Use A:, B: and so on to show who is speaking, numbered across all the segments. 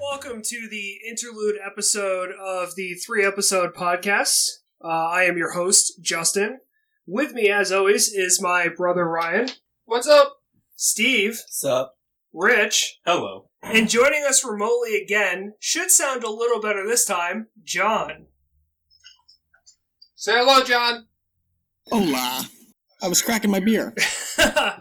A: Welcome to the interlude episode of the three episode podcast. Uh, I am your host, Justin. With me, as always, is my brother Ryan,
B: What's up?
A: Steve,
C: Sup?
A: Rich,
C: Hello.
A: and joining us remotely again, should sound a little better this time, John.
B: Say hello, John.
D: Hola. I was cracking my beer.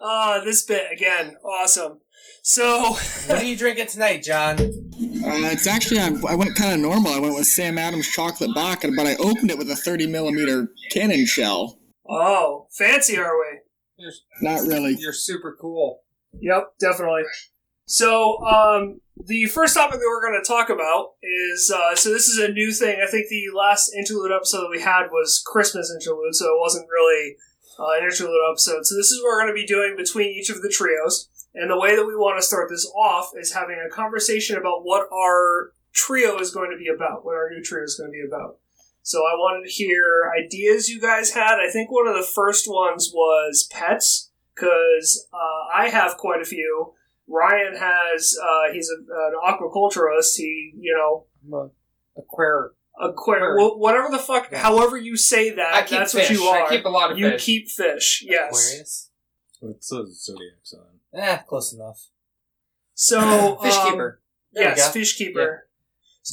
A: Ah, this bit again, awesome. So,
C: What are you drinking tonight, John?
D: Uh, it's actually, I, I went kind of normal. I went with Sam Adams chocolate Bach, but I opened it with a 30 millimeter cannon shell.
A: oh, fancy are we?
B: You're,
D: Not really.
B: you're super cool.
A: Yep, definitely. So, um, the first topic that we're going to talk about is uh, so this is a new thing. I think the last interlude episode that we had was Christmas interlude, so it wasn't really uh, an interlude episode. So, this is what we're going to be doing between each of the trios. And the way that we want to start this off is having a conversation about what our trio is going to be about, what our new trio is going to be about. So, I wanted to hear ideas you guys had. I think one of the first ones was pets because uh, I have quite a few. Ryan has uh, he's a, an aquaculturist. He you know
B: I'm a, a queer.
A: aquar-
B: Sure.
A: well, whatever the fuck.
C: Yeah.
A: However you say that,
B: I keep
A: that's
B: fish.
A: what you are.
B: I keep a lot of
A: you
B: fish.
A: keep fish. Yes.
C: Aquarius?
E: It's a zodiac sign.
C: Eh, close enough.
A: So
B: fish
A: um,
B: keeper.
C: There we
A: Yes,
C: go.
A: fish keeper.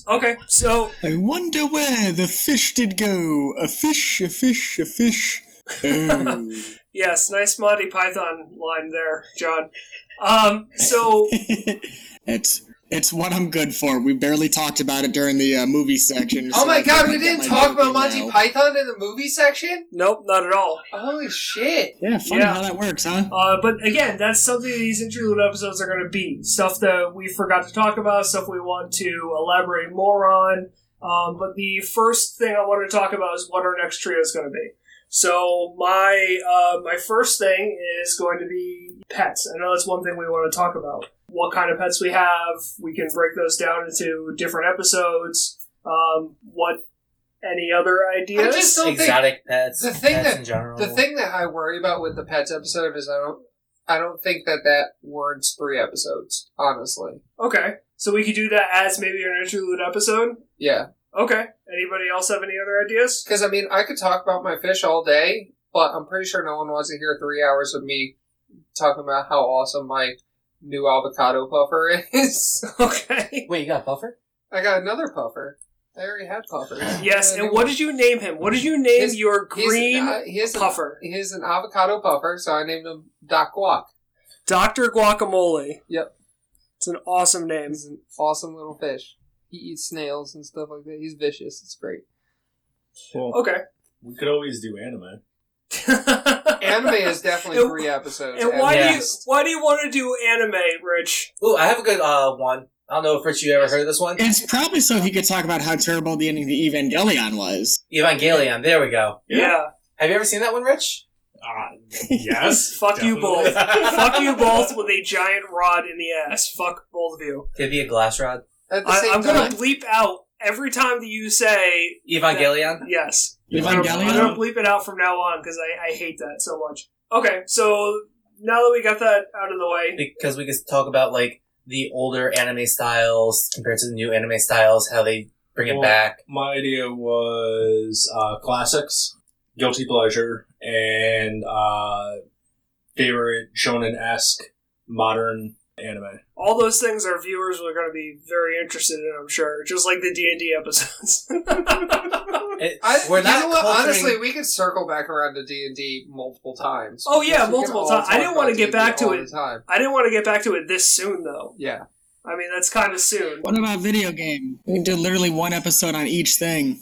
A: Okay, so
D: I wonder where the fish did go. A fish, a fish, a fish. Oh.
A: yes, nice Monty Python line there, John. Um, so
D: it's it's what I'm good for. We barely talked about it during the uh, movie section. so
B: Oh
D: I
B: my god,
D: think
B: we
D: I got
B: didn't
D: my
B: talk about
D: dopamine
B: Monty
D: now.
B: Python in the movie section?
A: nope, not at all.
B: Holy shit.
D: Yeah, funny
A: Yeah.
D: how that works, huh?
A: Uh, but again, that's something these interlude episodes are going to be stuff that we forgot to talk about, stuff we want to elaborate more on. Um, but the first thing I want to talk about is what our next trio is going to be. So my uh, my first thing is going to be pets. I know that's one thing we want to talk about. What kind of pets we have? We can break those down into different episodes. Um, what? Any other ideas?
B: just don't-
C: Exotic pets.
B: the thing
C: pets
B: that-
C: in general.
F: Oh.
B: The thing that I worry about with the pets episode is I don't I don't think that that warrants three episodes, honestly.
A: okay, so we could do that as maybe an interlude episode.
B: Yeah.
A: Okay. Anybody else have any other ideas?
B: Because, I mean, I could talk about my fish all day, but I'm pretty sure no one wants to hear three hours of me talking about how awesome my new avocado puffer is.
A: Okay.
C: Wait, you got a buffer?
B: I got another puffer. I already had puffers.
A: Yes, and what did you name him? What did you name
B: His-
A: your
B: He's
A: green
B: an- he is an-
A: puffer?
B: he is an avocado puffer, so I named him Doc Guac.
A: Dr. Guacamole.
B: Yep.
A: It's an awesome name.
B: He's an awesome little fish. He eats snails and stuff like that. He's vicious. It's great. Oh.
E: Well,
A: Okay.
E: we could always do anime.
B: Anime is definitely
A: And-
B: three episodes.
A: And why do you
C: Yes.
A: why do you want to do anime, Rich?
C: Ooh, I have a good uh, one. I don't know if Rich, you ever heard of this one?
D: It's probably so he could talk about how terrible the ending to Evangelion was.
C: Evangelion. There we go.
A: Yeah.
C: Have you ever seen that one, Rich?
E: Ah, yes.
A: Fuck you
E: definitely.
A: both. Fuck you both with a giant rod in the ass. Fuck both of you.
C: Could it be a glass rod.
B: At the
A: I,
B: same
A: I'm
B: time,
A: gonna bleep out every time that you say
C: Evangelion.
A: yes. I'm gonna- I'm
D: Evangelion?
A: gonna bleep it out from now on because I, I hate that so much. Okay, so now that we got that out of the way,
C: Because we could talk about like the older anime styles compared to the new anime styles, how they bring it
E: Well,
C: back.
E: My idea was uh, classics, guilty pleasure, and uh, favorite shonen esque modern anime.
A: all those things our viewers are going to be very interested in. I'm sure, just like the D and D episodes.
C: It-
B: I,
C: we're
B: you
C: not
B: know what?
C: culturing-
B: Honestly, we could circle back around to D and D multiple times.
A: Oh, yeah,
B: Because we can
A: multiple
B: all
A: times. I
B: talk
A: didn't wanna
B: about
A: get
B: D&D
A: back to
B: all
A: it.
B: the time.
A: I didn't want to get back to it this soon, though.
B: Yeah,
A: I mean, that's kind of soon.
D: What about video game? We can do literally one episode on each thing.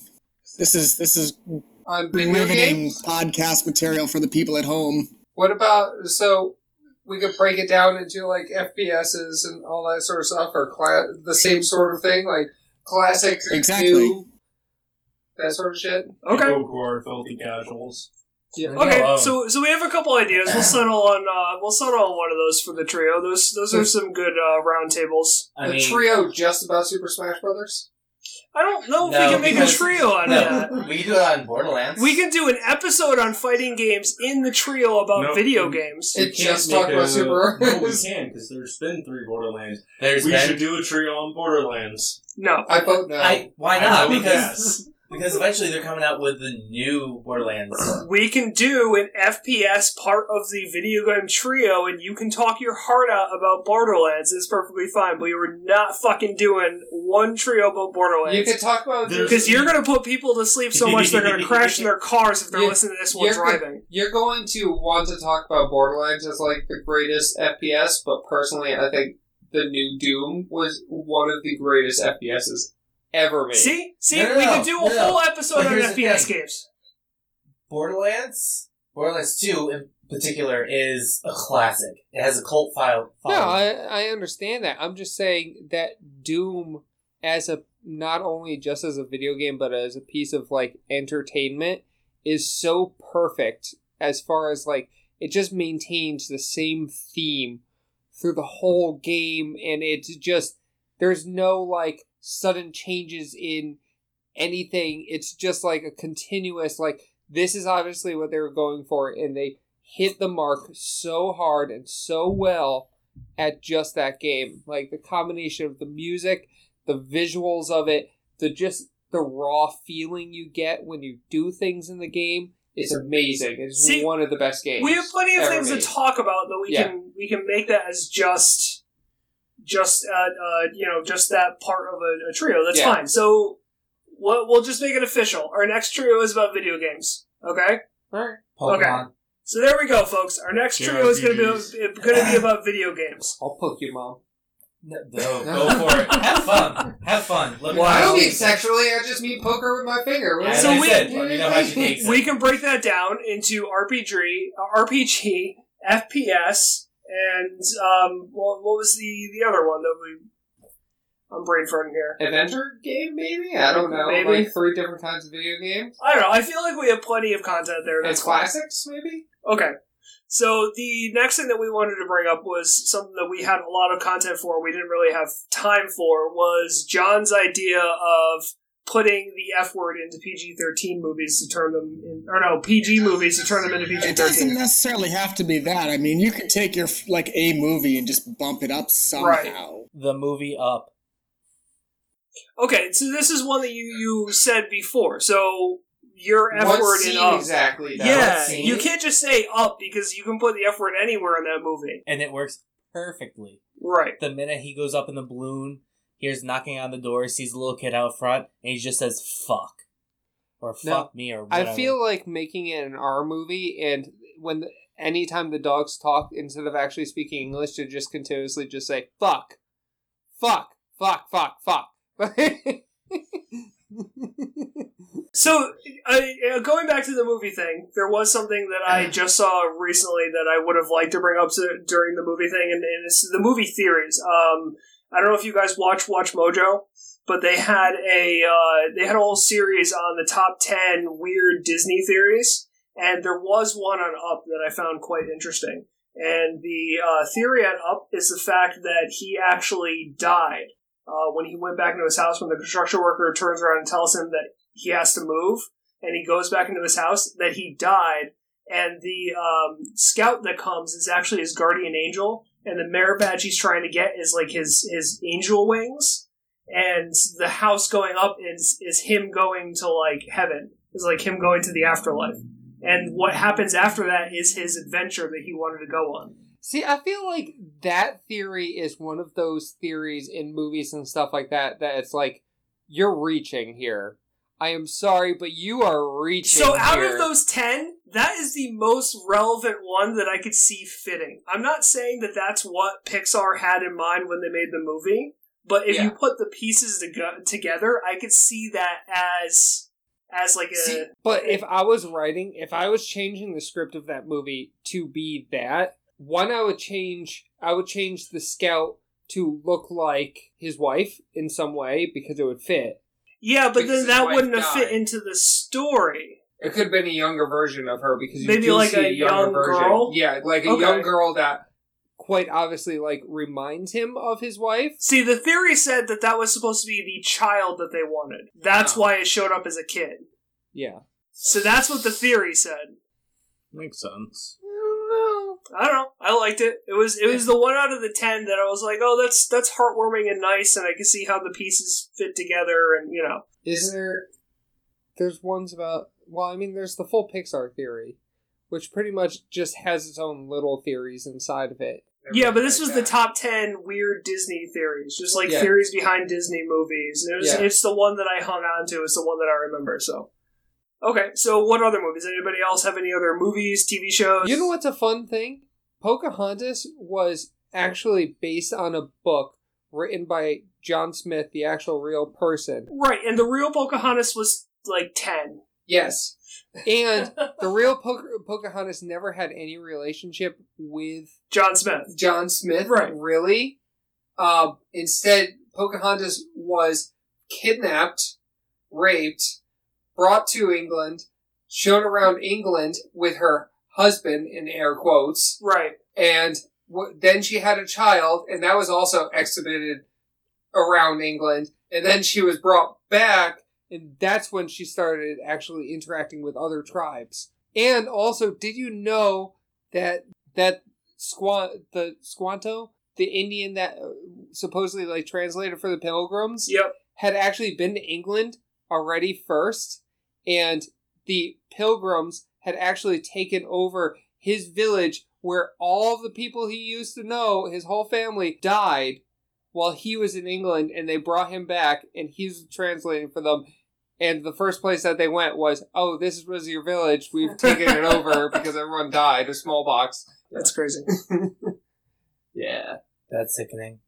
D: This is this is
B: on video
D: riveting
B: games.
D: podcast material for the people at home.
B: What about so we could break it down into like FPSs and all that sort of stuff, or cla- the same sort of thing, like classic,
D: Exactly.
B: new, that sort of shit.
A: Okay,
E: People who are filthy casuals.
B: Yeah.
C: Leave me
A: Okay,
C: alone.
A: so so we have a couple ideas. We'll settle on uh, we'll settle on one of those for the trio. Those those are
C: Hmm.
A: some good uh, round tables.
C: I
B: the
C: mean,
B: trio just about Super Smash Brothers.
A: I don't know if
C: No,
A: we can make a
C: because-
A: trio on that.
C: no, we do it on Borderlands.
A: We can do an episode on fighting games in the trio about
E: No.
A: video games.
B: It just talked about Super.
E: No, we can because there's been three Borderlands.
C: There's
E: we
C: been-
E: should do a trio on Borderlands.
A: No.
B: I vote no.
C: I, why
E: I
C: not?
E: vote
C: Because
E: yes.
C: because eventually they're coming out with the new Borderlands.
A: We can do an FPS part of the video game trio, and you can talk your heart out about Borderlands. It's perfectly fine, but you're not fucking doing one trio about
B: you
A: Borderlands.
B: could talk about
E: There's-
A: Because you're going to put people to sleep so much they're going to crash in their cars if they're
B: You-
A: listening to this while
B: you're-
A: driving.
B: You're going to want to talk about Borderlands as like the greatest FPS, but personally, I think the new Doom was one of the greatest FPSs ever made.
A: See? See?
C: No, no,
A: we
C: no,
A: could do a
C: no, no.
A: whole episode
C: But
A: on
C: here's the
A: FPS
C: thing.
A: games.
C: Borderlands, Borderlands Two in particular is a classic. It has a cult file.
B: No, I, I understand that. I'm just saying that Doom, as a not only just as a video game, but as a piece of like entertainment, is so perfect as far as like it just maintains the same theme through the whole game, and it's just there's no like sudden changes in anything. It's just like a continuous like this is obviously what they were going for, and they hit the mark so hard and so well at just that game. Like the combination of the music, the visuals of it, the just the raw feeling you get when you do things in the game. It's amazing. It's
A: See,
B: one of the best games.
A: We have plenty of
B: ever
A: things to
B: made.
A: talk about that we
B: Yeah.
A: can we can make that as just just uh, uh you know just that part of a, a trio. That's
B: Yeah.
A: fine. So we'll, we'll just make it official. Our next trio is about video games. Okay,
B: Alright.
C: Pokemon.
A: so there we go, folks. Our next trio is going to be going to be about video games.
B: I'll poke you, mom.
C: No, no, go for it. Have fun. Have fun. Let me
B: I
C: know.
B: don't mean sexually. I just mean poker with my finger.
C: As
A: So
C: I
A: we-
C: said, let me know how she takes it.
A: We can break that down into RPG, uh, RPG, FPS, and um, what, what was the the other one that we? I'm brain farting here.
B: Adventure game, maybe? I don't know.
A: Maybe.
B: Like three different kinds of video games.
A: I don't know. I feel like we have plenty of content there.
B: And
A: That's
B: classics, maybe?
A: Okay. So the next thing that we wanted to bring up was something that we had a lot of content for. We didn't really have time for was John's idea of putting the F word into PG thirteen movies to turn them in, or no PG movies to turn them into PG
D: It doesn't
A: thirteen.
D: necessarily have to be that. I mean, you could take your like a movie and just bump it up somehow.
C: the movie up.
A: Okay, so this is one that you you said before. So your F
B: what
A: word in
B: scene
A: up.
B: exactly? though?
A: Yeah,
C: scene?
A: you can't just say up because you can put the F word anywhere in that movie.
C: And it works perfectly.
A: Right.
C: The minute he goes up in the balloon, hears knocking on the door, sees a little kid out front, and he just says fuck. Or
B: No,
C: fuck me or whatever.
B: I feel like making it an R movie, and when the, anytime the dogs talk, instead of actually speaking English, to just continuously just say "fuck, fuck, fuck, fuck, fuck."
A: So, I, uh, going back to the movie thing, there was something that I just saw recently that I would have liked to bring up to, during the movie thing, and, and it's the movie theories. Um, I don't know if you guys watch Watch Mojo, but they had a uh, they had a whole series on the top ten weird Disney theories, and there was one on Up that I found quite interesting. And the uh, theory on Up is the fact that he actually died uh, when he went back into his house when the construction worker turns around and tells him that he has to move and he goes back into his house that he died and the um, scout that comes is actually his guardian angel and the mirror badge he's trying to get is like his his angel wings and the house going up is is him going to like heaven is like him going to the afterlife and what happens after that is his adventure that he wanted to go on
B: See, I feel like that theory is one of those theories in movies and stuff like that that it's like you're reaching here. I am sorry, but you are reaching.
A: So out
B: here.
A: of those 10, that is the most relevant one that I could see fitting. I'm not saying that that's what Pixar had in mind when they made the movie, but if
B: Yeah.
A: you put the pieces to together, I could see that as as like a
B: See, but if I was writing, if I was changing the script of that movie to be that, one I would change I would change the scout to look like his wife in some way because it would fit.
A: Yeah, but
B: Because
A: then
B: his
A: that
B: wife
A: wouldn't have fit
B: died.
A: into the story.
B: It could have been a younger version of her because you
A: Maybe
B: do
A: like
B: see
A: a young
B: version.
A: girl?
B: Yeah, like a
A: Okay.
B: young girl that quite obviously like reminds him of his wife.
A: See, the theory said that that was supposed to be the child that they wanted. That's
B: Oh.
A: why it showed up as a kid.
B: Yeah.
A: So that's what the theory said.
C: Makes sense.
A: I don't know. I liked it. It was it was the one out of the ten that I was like, oh, that's that's heartwarming and nice, and I can see how the pieces fit together, and you know,
B: Is there? There's ones about. Well, I mean, there's the full Pixar theory, which pretty much just has its own little theories inside of it.
A: yeah. But this was
B: Like
A: the
B: that.
A: top ten weird Disney theories, just like
B: Yeah.
A: theories behind Disney movies. And it was,
B: Yeah.
A: It's the one that I hung on to. It's the one that I remember. So, okay. So, what other movies? Anybody else have any other movies, TV shows?
B: You know what's a fun thing? Pocahontas was actually based on a book written by John Smith, the actual real person.
A: Right, and the real Pocahontas was like ten.
B: Yes. And the real po- Pocahontas never had any relationship with
A: John Smith.
B: John Smith,
A: Right.
B: really. Uh, instead, Pocahontas was kidnapped, raped, brought to England, shown around England with her husband, in air quotes,
A: Right.
B: and w- then she had a child, and that was also exhibited around England, and then she was brought back, and that's when she started actually interacting with other tribes. And also, did you know that that squan the Squanto, the Indian that uh, supposedly like translated for the Pilgrims,
A: Yep.
B: had actually been to England already first, and the pilgrims had actually taken over his village where all the people he used to know, his whole family, died while he was in England, and they brought him back, and he's translating for them. And the first place that they went was, oh, this was your village. We've taken it over because everyone died of smallpox.
A: That's crazy.
B: Yeah.
C: That's sickening.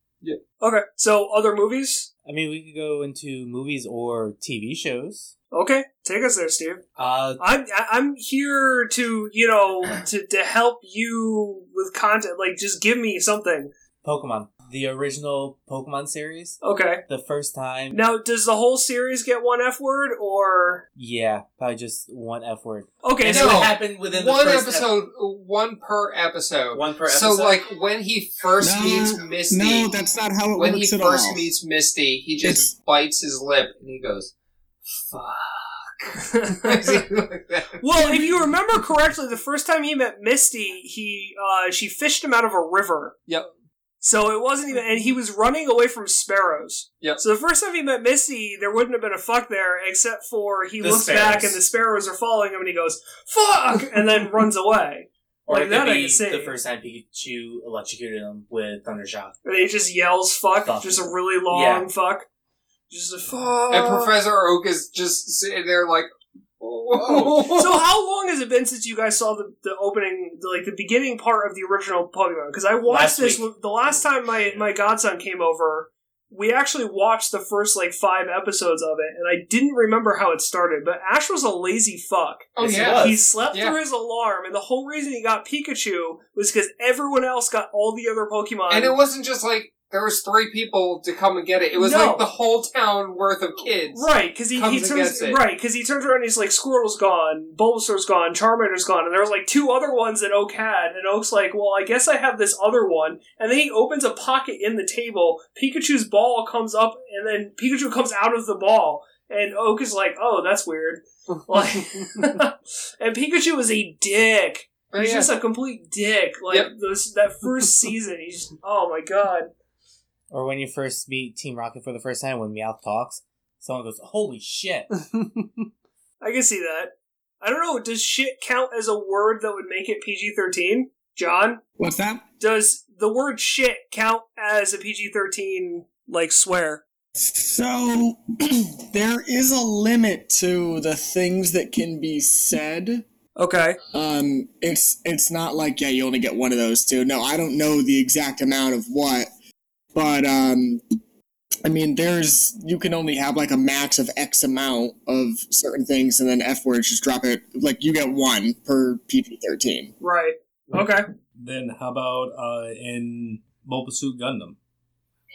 A: okay. So other movies?
C: I mean, we could go into movies or TV shows.
A: Okay. Take us there, Steve.
C: Uh,
A: I'm I- I'm here to, you know, to, to help you with content. Like just give me something.
C: Pokemon, the original Pokemon series,
A: Okay.
C: the first time.
A: Now does the whole series get one F word or
C: Yeah, probably just one F word.
A: Okay,
C: And
A: so
C: it
B: No.
C: happened within the
B: One
C: first ep-
B: episode, one per episode.
E: One per
B: so,
E: episode?
B: like, when he first
D: No,
B: meets Misty.
D: No, that's not how it
B: when he
D: works at
B: first
D: all.
B: meets Misty, he just
D: It's-
B: bites his lip and he goes, "Fuck."
A: Well, if you remember correctly, the first time he met Misty, he uh she fished him out of a river.
B: yep.
A: So it wasn't even, and he was running away from sparrows.
B: Yep.
A: So the first time he met Misty, there wouldn't have been a fuck there, except for he
E: The
A: looks
E: sparrows.
A: back and the sparrows are following him, and he goes "fuck" and then runs away.
C: Or
A: Like
C: it
A: that
C: could
A: I
C: be
A: could see.
C: the first time Pikachu electrocuted him with Thunder Shock.
A: And he just yells "fuck,",
C: Fuck.
A: just a really long
C: Yeah.
A: fuck, just a fuck.
B: And Professor Oak is just sitting there like, "Oh."
A: so how long has it been since you guys saw the, the opening, the, like the beginning part of the original Pokemon? Because I watched
C: Last
A: this
C: week.
A: the last time my my godson came over. We actually watched the first like five episodes of it, and I didn't remember how it started. But Ash was a lazy fuck.
B: Oh
C: Yes, it
B: yeah.
C: was.
A: He slept
B: Yeah.
A: through his alarm, and the whole reason he got Pikachu was because everyone else got all the other Pokemon.
B: And it wasn't just like there was three people to come and get it. It was
A: No.
B: like the whole town worth of kids.
A: Right, because he, he
B: comes and
A: turns
B: gets it.
A: right because he turns around. and He's like, Squirtle's gone, Bulbasaur's gone, Charmander's gone, and there was like two other ones that Oak had, and Oak's like, well, I guess I have this other one, and then he opens a pocket in the table. Pikachu's ball comes up, and then Pikachu comes out of the ball, and Oak is like, oh, that's weird. Like, and Pikachu is a dick.
B: But
A: he's
B: Oh, yeah.
A: just a complete dick. Like
B: Yep.
A: those that first season, he's just, oh my god.
C: Or when you first meet Team Rocket for the first time, when Meowth talks, someone goes, "Holy shit!"
A: I can see that. I don't know. Does shit count as a word that would make it PG thirteen? John,
D: What's that?
A: does the word shit count as a PG thirteen like swear?
D: So there is a limit to the things that can be said.
A: Okay.
D: Um, it's it's not like yeah, you only get one of those two. No, I don't know the exact amount of what, but um, I mean, there's you can only have like a max of X amount of certain things, and then F words just drop it. Like you get one per PG thirteen.
A: Right. Okay.
E: Then how about uh, in Mobile Suit Gundam?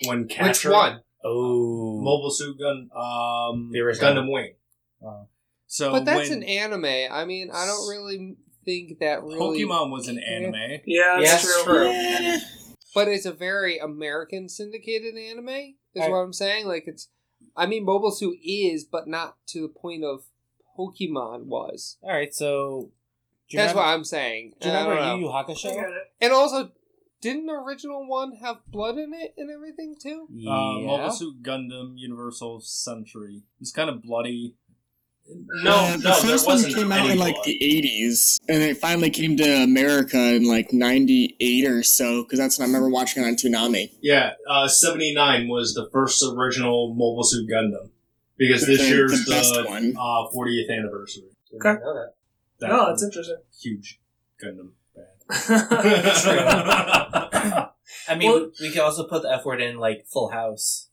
E: When
B: Which
E: Catra,
B: one?
C: Oh,
E: Mobile Suit Gun, um,
C: The original. Oh.
E: Gundam Wing. So
B: but that's
E: when
B: an anime. I mean, I don't really think that really.
E: Pokemon was an anime.
A: Yeah, that's
C: Yes,
A: true.
C: true.
D: Eh,
B: But it's a very American syndicated anime, is
C: I-
B: what I'm saying. Like, it's. I mean, Mobile Suit is, but not to the point of Pokemon was.
C: All right, so do you
B: That's
C: remember,
B: what I'm saying.
C: do you
B: And I
C: remember
B: don't know.
C: Yu Yu
A: I
C: Hakusho?
A: get it.
B: And also, didn't the original one have blood in it and everything too?
C: Yeah.
E: Uh, Mobile Suit Gundam Universal Century. It was kind of bloody.
D: uh, the
F: No, no, there
D: first one
F: wasn't
D: came out
F: any
D: in like
F: blood.
D: the 80s, and it finally came to America in like 98 or so, because that's when I remember watching it on Toonami.
F: Yeah, uh, 79 was the first original Mobile Suit Gundam. Because this
D: The-
F: year's
D: the best
F: the,
D: one.
F: uh, 40th anniversary. Didn't
A: Okay.
F: know that. That
A: No, that's
F: was
A: interesting.
F: huge Gundam fan.
C: I mean,
A: Well-
C: we, we could also put the F word in like Full House.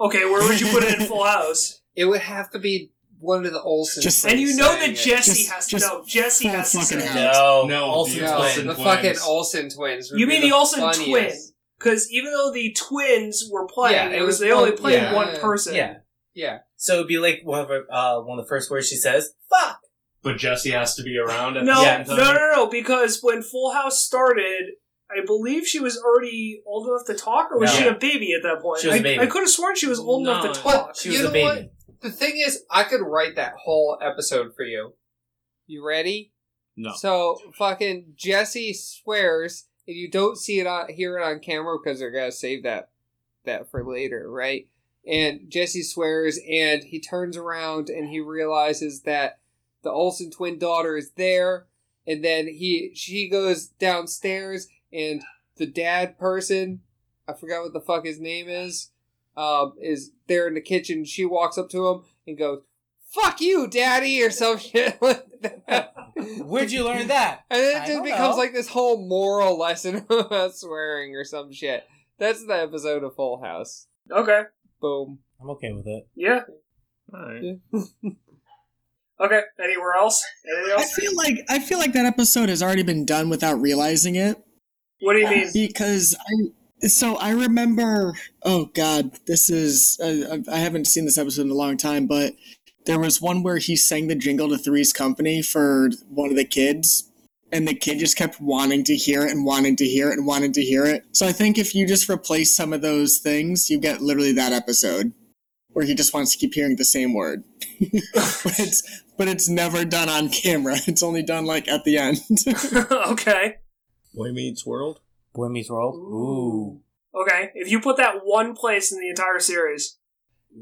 A: okay, where would you put it in Full House?
B: It would have to be one of the Olsen.
D: Just-
A: And you know that Jesse
D: Just-
A: has to.
D: just
A: No, Jesse
D: full
A: has to.
D: fucking
A: say
D: hell.
A: it.
C: No,
F: No,
C: Olsen's
F: the
B: No,
C: like-
F: Olsen
B: the
F: twins.
B: fucking Olsen twins. would
A: You
B: be
A: mean
B: the,
A: the Olsen
B: funniest.
A: twins? Because even though the twins were playing,
B: Yeah,
A: it,
B: it
A: was
B: was
A: they only
B: one-
A: played
B: yeah.
A: one person.
C: Yeah.
B: Yeah,
C: So it'd be like one of her, uh, one of the first words she says, "Fuck."
F: But Jesse has to be around at
A: No,
F: the same
A: no,
F: time.
A: no, no. Because when Full House started, I believe she was already old enough to talk, or was
C: No.
A: she a baby at that point?
C: She was a
A: I-
C: baby.
A: I, could have sworn she was old
E: No.
A: enough to talk.
B: but
C: She
B: you
C: was
B: know
C: a baby.
B: what? The thing is, I could write that whole episode for you. You ready?
E: No.
B: So fucking Jesse swears, and you don't see it on hear it on camera because they're gonna save that that for later, right? And Jesse swears, and he turns around and he realizes that the Olsen twin daughter is there, and then he she goes downstairs, and the dad person, I forgot what the fuck his name is, um, is there in the kitchen. She walks up to him and goes, "Fuck you, daddy," or some shit like that.
C: Where'd you learn that?
B: And then
C: I
B: it just
C: don't
B: becomes
C: know.
B: like this whole moral lesson about swearing or some shit. That's the episode of Full House.
A: Okay.
B: Boom.
C: I'm okay with it.
A: Yeah.
E: Alright.
A: Okay. Anywhere else? Anything
D: I
A: else?
D: feel like I feel like that episode has already been done without realizing it.
A: What do you mean?
D: because I so I remember. Oh God, this is I, I haven't seen this episode in a long time, but there was one where he sang the jingle to Three's Company for one of the kids, and the kid just kept wanting to hear it and wanting to hear it and wanting to hear it. So I think if you just replace some of those things, you get literally that episode where he just wants to keep hearing the same word. but it's but it's never done on camera. It's only done like at the end.
A: okay.
E: Boy Meets World.
C: Boy Meets World. Ooh.
A: Okay. If you put that one place in the entire series,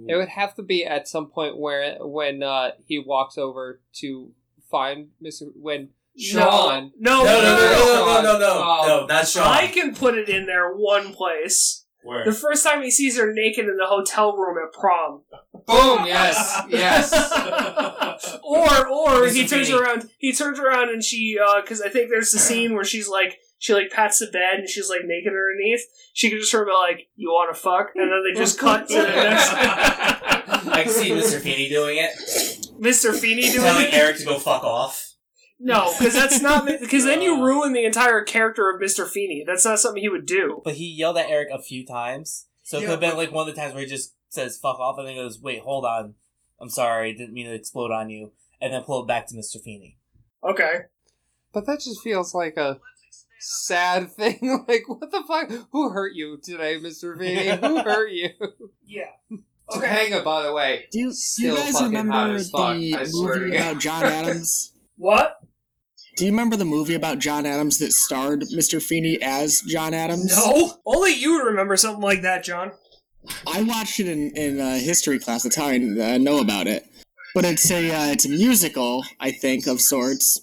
B: It would have to be at some point where when uh, he walks over to find Mr. When Sean.
A: No, no, no,
C: No, no, no,
A: no, no.
C: no, no, no,
B: Um,
C: no, no, not
A: I
C: Sean.
A: can put it in there one place.
F: Where?
A: The first time he sees her naked in the hotel room at prom.
B: Boom. Yes. Yes.
A: or or he
C: Mr.
A: turns
C: Bean.
A: around he turns around and she because i think there's the scene where she's like she like pats the bed and she's like naked underneath she can just sort of like you want to fuck and then they just cut to the next
C: I can see Mr. Feeney doing it,
A: mr feeney doing
C: telling
A: it
C: Eric to go fuck off.
A: no because that's not because then you ruin the entire character of mr feeney that's not something he would do
C: But he yelled at Eric a few times, so it
D: Yeah,
C: could have been
D: but-
C: like one of the times where he just says "fuck off" and then goes, "Wait, hold on, I'm sorry, didn't mean to explode on you," and then pull it back to Mr. Feeney.
A: okay
B: But that just feels like a sad thing. like, what the fuck? Who hurt you today, Mr. Feeney? Who hurt you?
A: yeah
B: Topanga, by the way.
D: Do you, do
B: Still
D: you guys
B: fucking hot
D: remember
B: as fuck, I
D: the
B: swear to
D: movie
B: God.
D: about John Adams?
A: what
D: Do you remember the movie about John Adams that starred Mr. Feeney as John Adams?
A: no only you would remember something like that john
D: I watched it in, in uh, history class. That's how I uh, know about it. But it's a uh, it's a musical, I think, of sorts.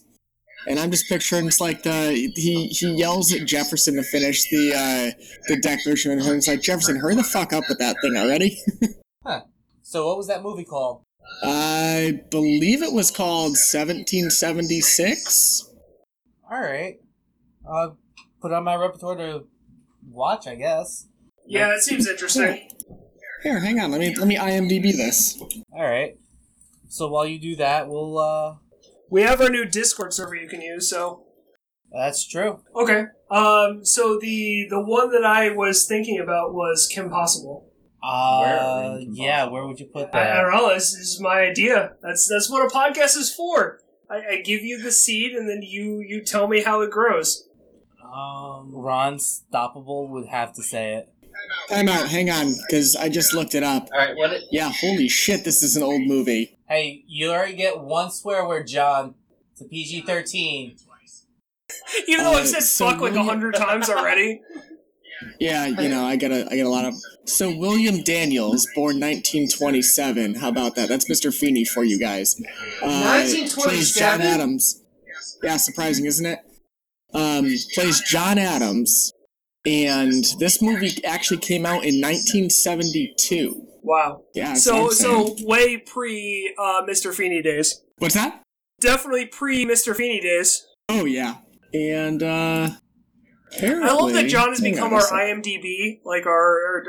D: And I'm just picturing it's like the he he yells at Jefferson to finish the uh, the Declaration and It's like Jefferson, hurry the fuck up with that thing already.
C: So what was that movie called?
D: I believe it was called 1776.
C: All right, uh, put it on my repertoire to watch, I guess.
A: yeah that seems interesting
D: Here, hang on. Let me let me IMDb this.
C: All right. So while you do that, we'll. uh
A: we have our new discord server you can use so
C: That's true.
A: Okay. Um. So the the one that I was thinking about was Kim Possible.
C: Uh,
E: Where?
C: yeah, where would you put
A: I, I
C: that?
A: don't know. This is my idea. That's that's what a podcast is for. I, I give you the seed, and then you you tell me how it grows.
E: Um,
C: Ron Stoppable would have to say it.
D: Time out, hang on, because I just looked it up.
F: All right, what? It,
D: Yeah, holy shit, this is an old movie.
C: Hey, you already get one swear word, John. It's a PG thirteen.
A: Even though
D: Uh,
A: I've said
D: so
A: fuck like a
D: William-
A: hundred times already.
D: Yeah, you know, I got a, I got a lot of. So William Daniels, born 1927. How about that? That's Mr. Feeney for you guys. Uh, plays John
F: 1927?
D: Adams. Yeah, surprising, isn't it? Um, plays John Adams, and this movie actually came out in 1972.
A: Wow.
D: Yeah. that's
A: So
D: what I'm saying.
A: so way pre uh, Mr. Feeney days.
D: what's that?
A: Definitely pre Mr. Feeney days.
D: Oh yeah, and uh,
A: I love that
D: apparently-
A: John has
D: hang
A: become
D: on a
A: our
D: sec.
A: IMDb, like our, our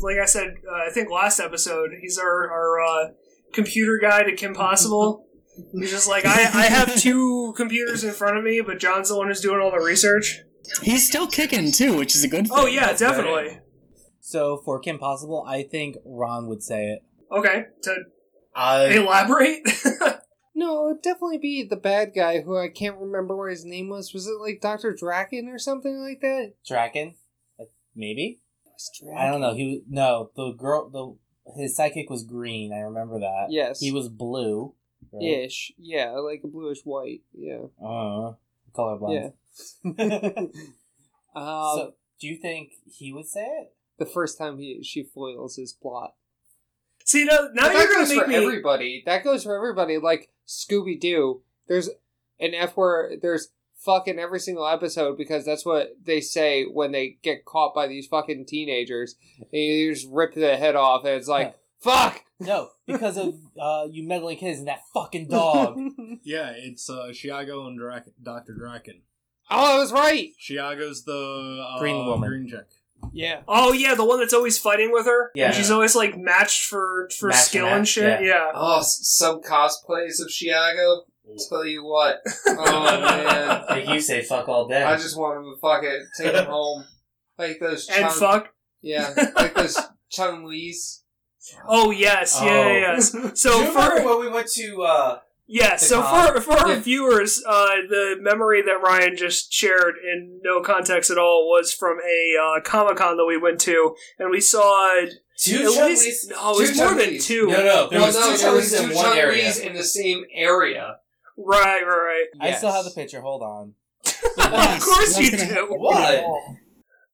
A: like I said, uh, I think last episode, he's our our uh, computer guy to Kim Possible. He's just like I, I have two computers in front of me, but John's the one who's doing all the research.
D: He's still kicking too, which is a good. Thing.
A: Oh yeah,
C: right.
A: definitely.
C: So for Kim Possible, I think Ron would say it.
A: Okay, to
F: I
A: elaborate.
B: No, it'd definitely be the bad guy who I can't remember what his name was. Was it like Doctor Draken or something like that?
C: Draken, Uh, maybe.
B: It was Draken.
C: I don't know. He was, no the girl the his psychic was green. I remember that.
B: Yes.
C: He was blue. right?
B: ish. Yeah, like a bluish white. Yeah.
C: Uh, colorblind.
B: Um,
C: so, do you think he would say it?
B: the first time he she foils his plot.
A: See now, now
B: But that
A: you're gonna
B: goes
A: make
B: for
A: me.
B: everybody. That goes for everybody. Like Scooby Doo. There's an F word. There's fucking every single episode because that's what they say when they get caught by these fucking teenagers. They just rip their head off, and it's like fuck.
C: No, because of uh, you meddling kids and that fucking dog.
E: yeah, it's uh, Shiago and Drac- Dr. Draken.
B: oh, I was right.
E: Shiago's the uh,
C: Green woman.
E: Green chick.
B: Yeah.
A: Oh yeah, the one that's always fighting with her.
C: Yeah.
A: she's always like matched for for
C: Match
A: skill
C: match,
A: and shit. Yeah.
F: oh, s- some cosplays of Chiago. Tell you what, oh man,
C: Make you say fuck all day.
F: I just want him to fucking take him home, like those
A: And
F: Chun,
A: fuck.
F: yeah, like those Chun Lees.
A: Oh yes, yeah, yeah, yes.
G: Do you
A: So for
G: remember when we went to uh,
A: Yeah,
G: The
A: so
G: con-
A: for, for our
F: Yeah.
A: viewers, uh, the memory that Ryan just shared in no context at all was from a uh, Comic Con that we went to, and we saw at
G: two
A: least
G: Chun-Li's?
A: no, it was
F: Two
A: more than
F: Chun-Lis.
A: two.
G: No, no, there
F: no,
G: was
F: Oh, no,
G: two
F: there was
G: Chun-Li's in
F: two
G: one
F: Chun
G: area.
F: Lees in the same area.
A: Right, right, right.
C: I still have the
B: Yes.
C: picture. Hold on.
A: of course
D: that's
A: you
D: gonna-
A: do.
G: What?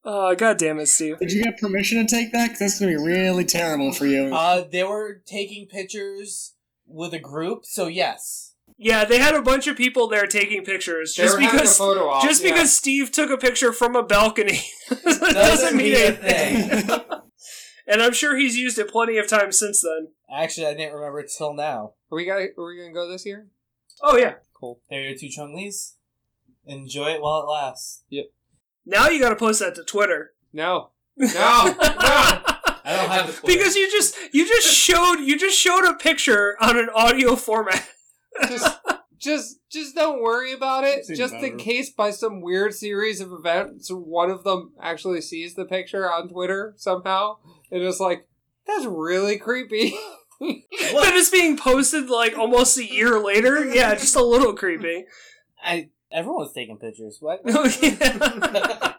A: Uh, God damn it, Steve.
D: Did you get permission to take that? 'Cause that's gonna be really terrible for you.
C: Uh, they were taking pictures with a group, so yes.
A: Yeah, they had a bunch of people there taking pictures
F: They
A: just
F: were having a
A: because
F: photo op,
A: just
F: yeah.
A: because Steve took a picture from a balcony doesn't, mean anything. And I'm sure he's used it plenty of times since then.
C: Actually, I didn't remember till now.
B: Are we gonna are we gonna go this year?
A: Oh yeah.
B: Cool.
C: There are your two Chung Lees. Enjoy it while it lasts.
A: Now you got to post that to Twitter.
B: No.
F: No, no.
C: I don't have the
A: because you just you just showed you just showed a picture on an audio format.
B: Just just just don't worry about it.
E: Seems
B: Just in
E: better.
B: case by some weird series of events one of them actually sees the picture on Twitter somehow and is like, that's really creepy.
A: But it's being posted like almost a year later. Yeah, just a little creepy.
C: I everyone's taking pictures. What?
A: Oh, yeah.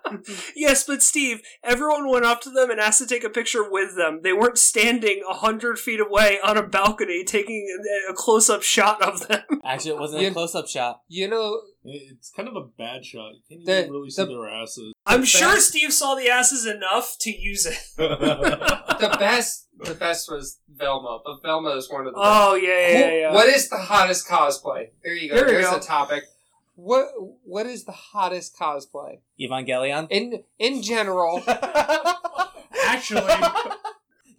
A: yes, but Steve, everyone went up to them and asked to take a picture with them. They weren't standing a hundred feet away on a balcony taking a- a close-up shot of them.
C: Actually, it wasn't
B: You-
C: a close-up shot.
B: you know
E: It- It's kind of a bad shot. You can't
B: The-
E: even really see
B: the-
E: their asses.
A: I'm sure Steve saw the asses enough to use it.
F: the best, the best was Velma, but Velma is one of the.
A: Oh yeah,
F: best.
A: yeah, yeah.
F: What is the hottest cosplay? There you go.
A: There you
F: There's
A: go.
F: a topic.
B: what what is the hottest cosplay?
C: Evangelion.
B: In in general,
E: Actually,
C: You're welcome.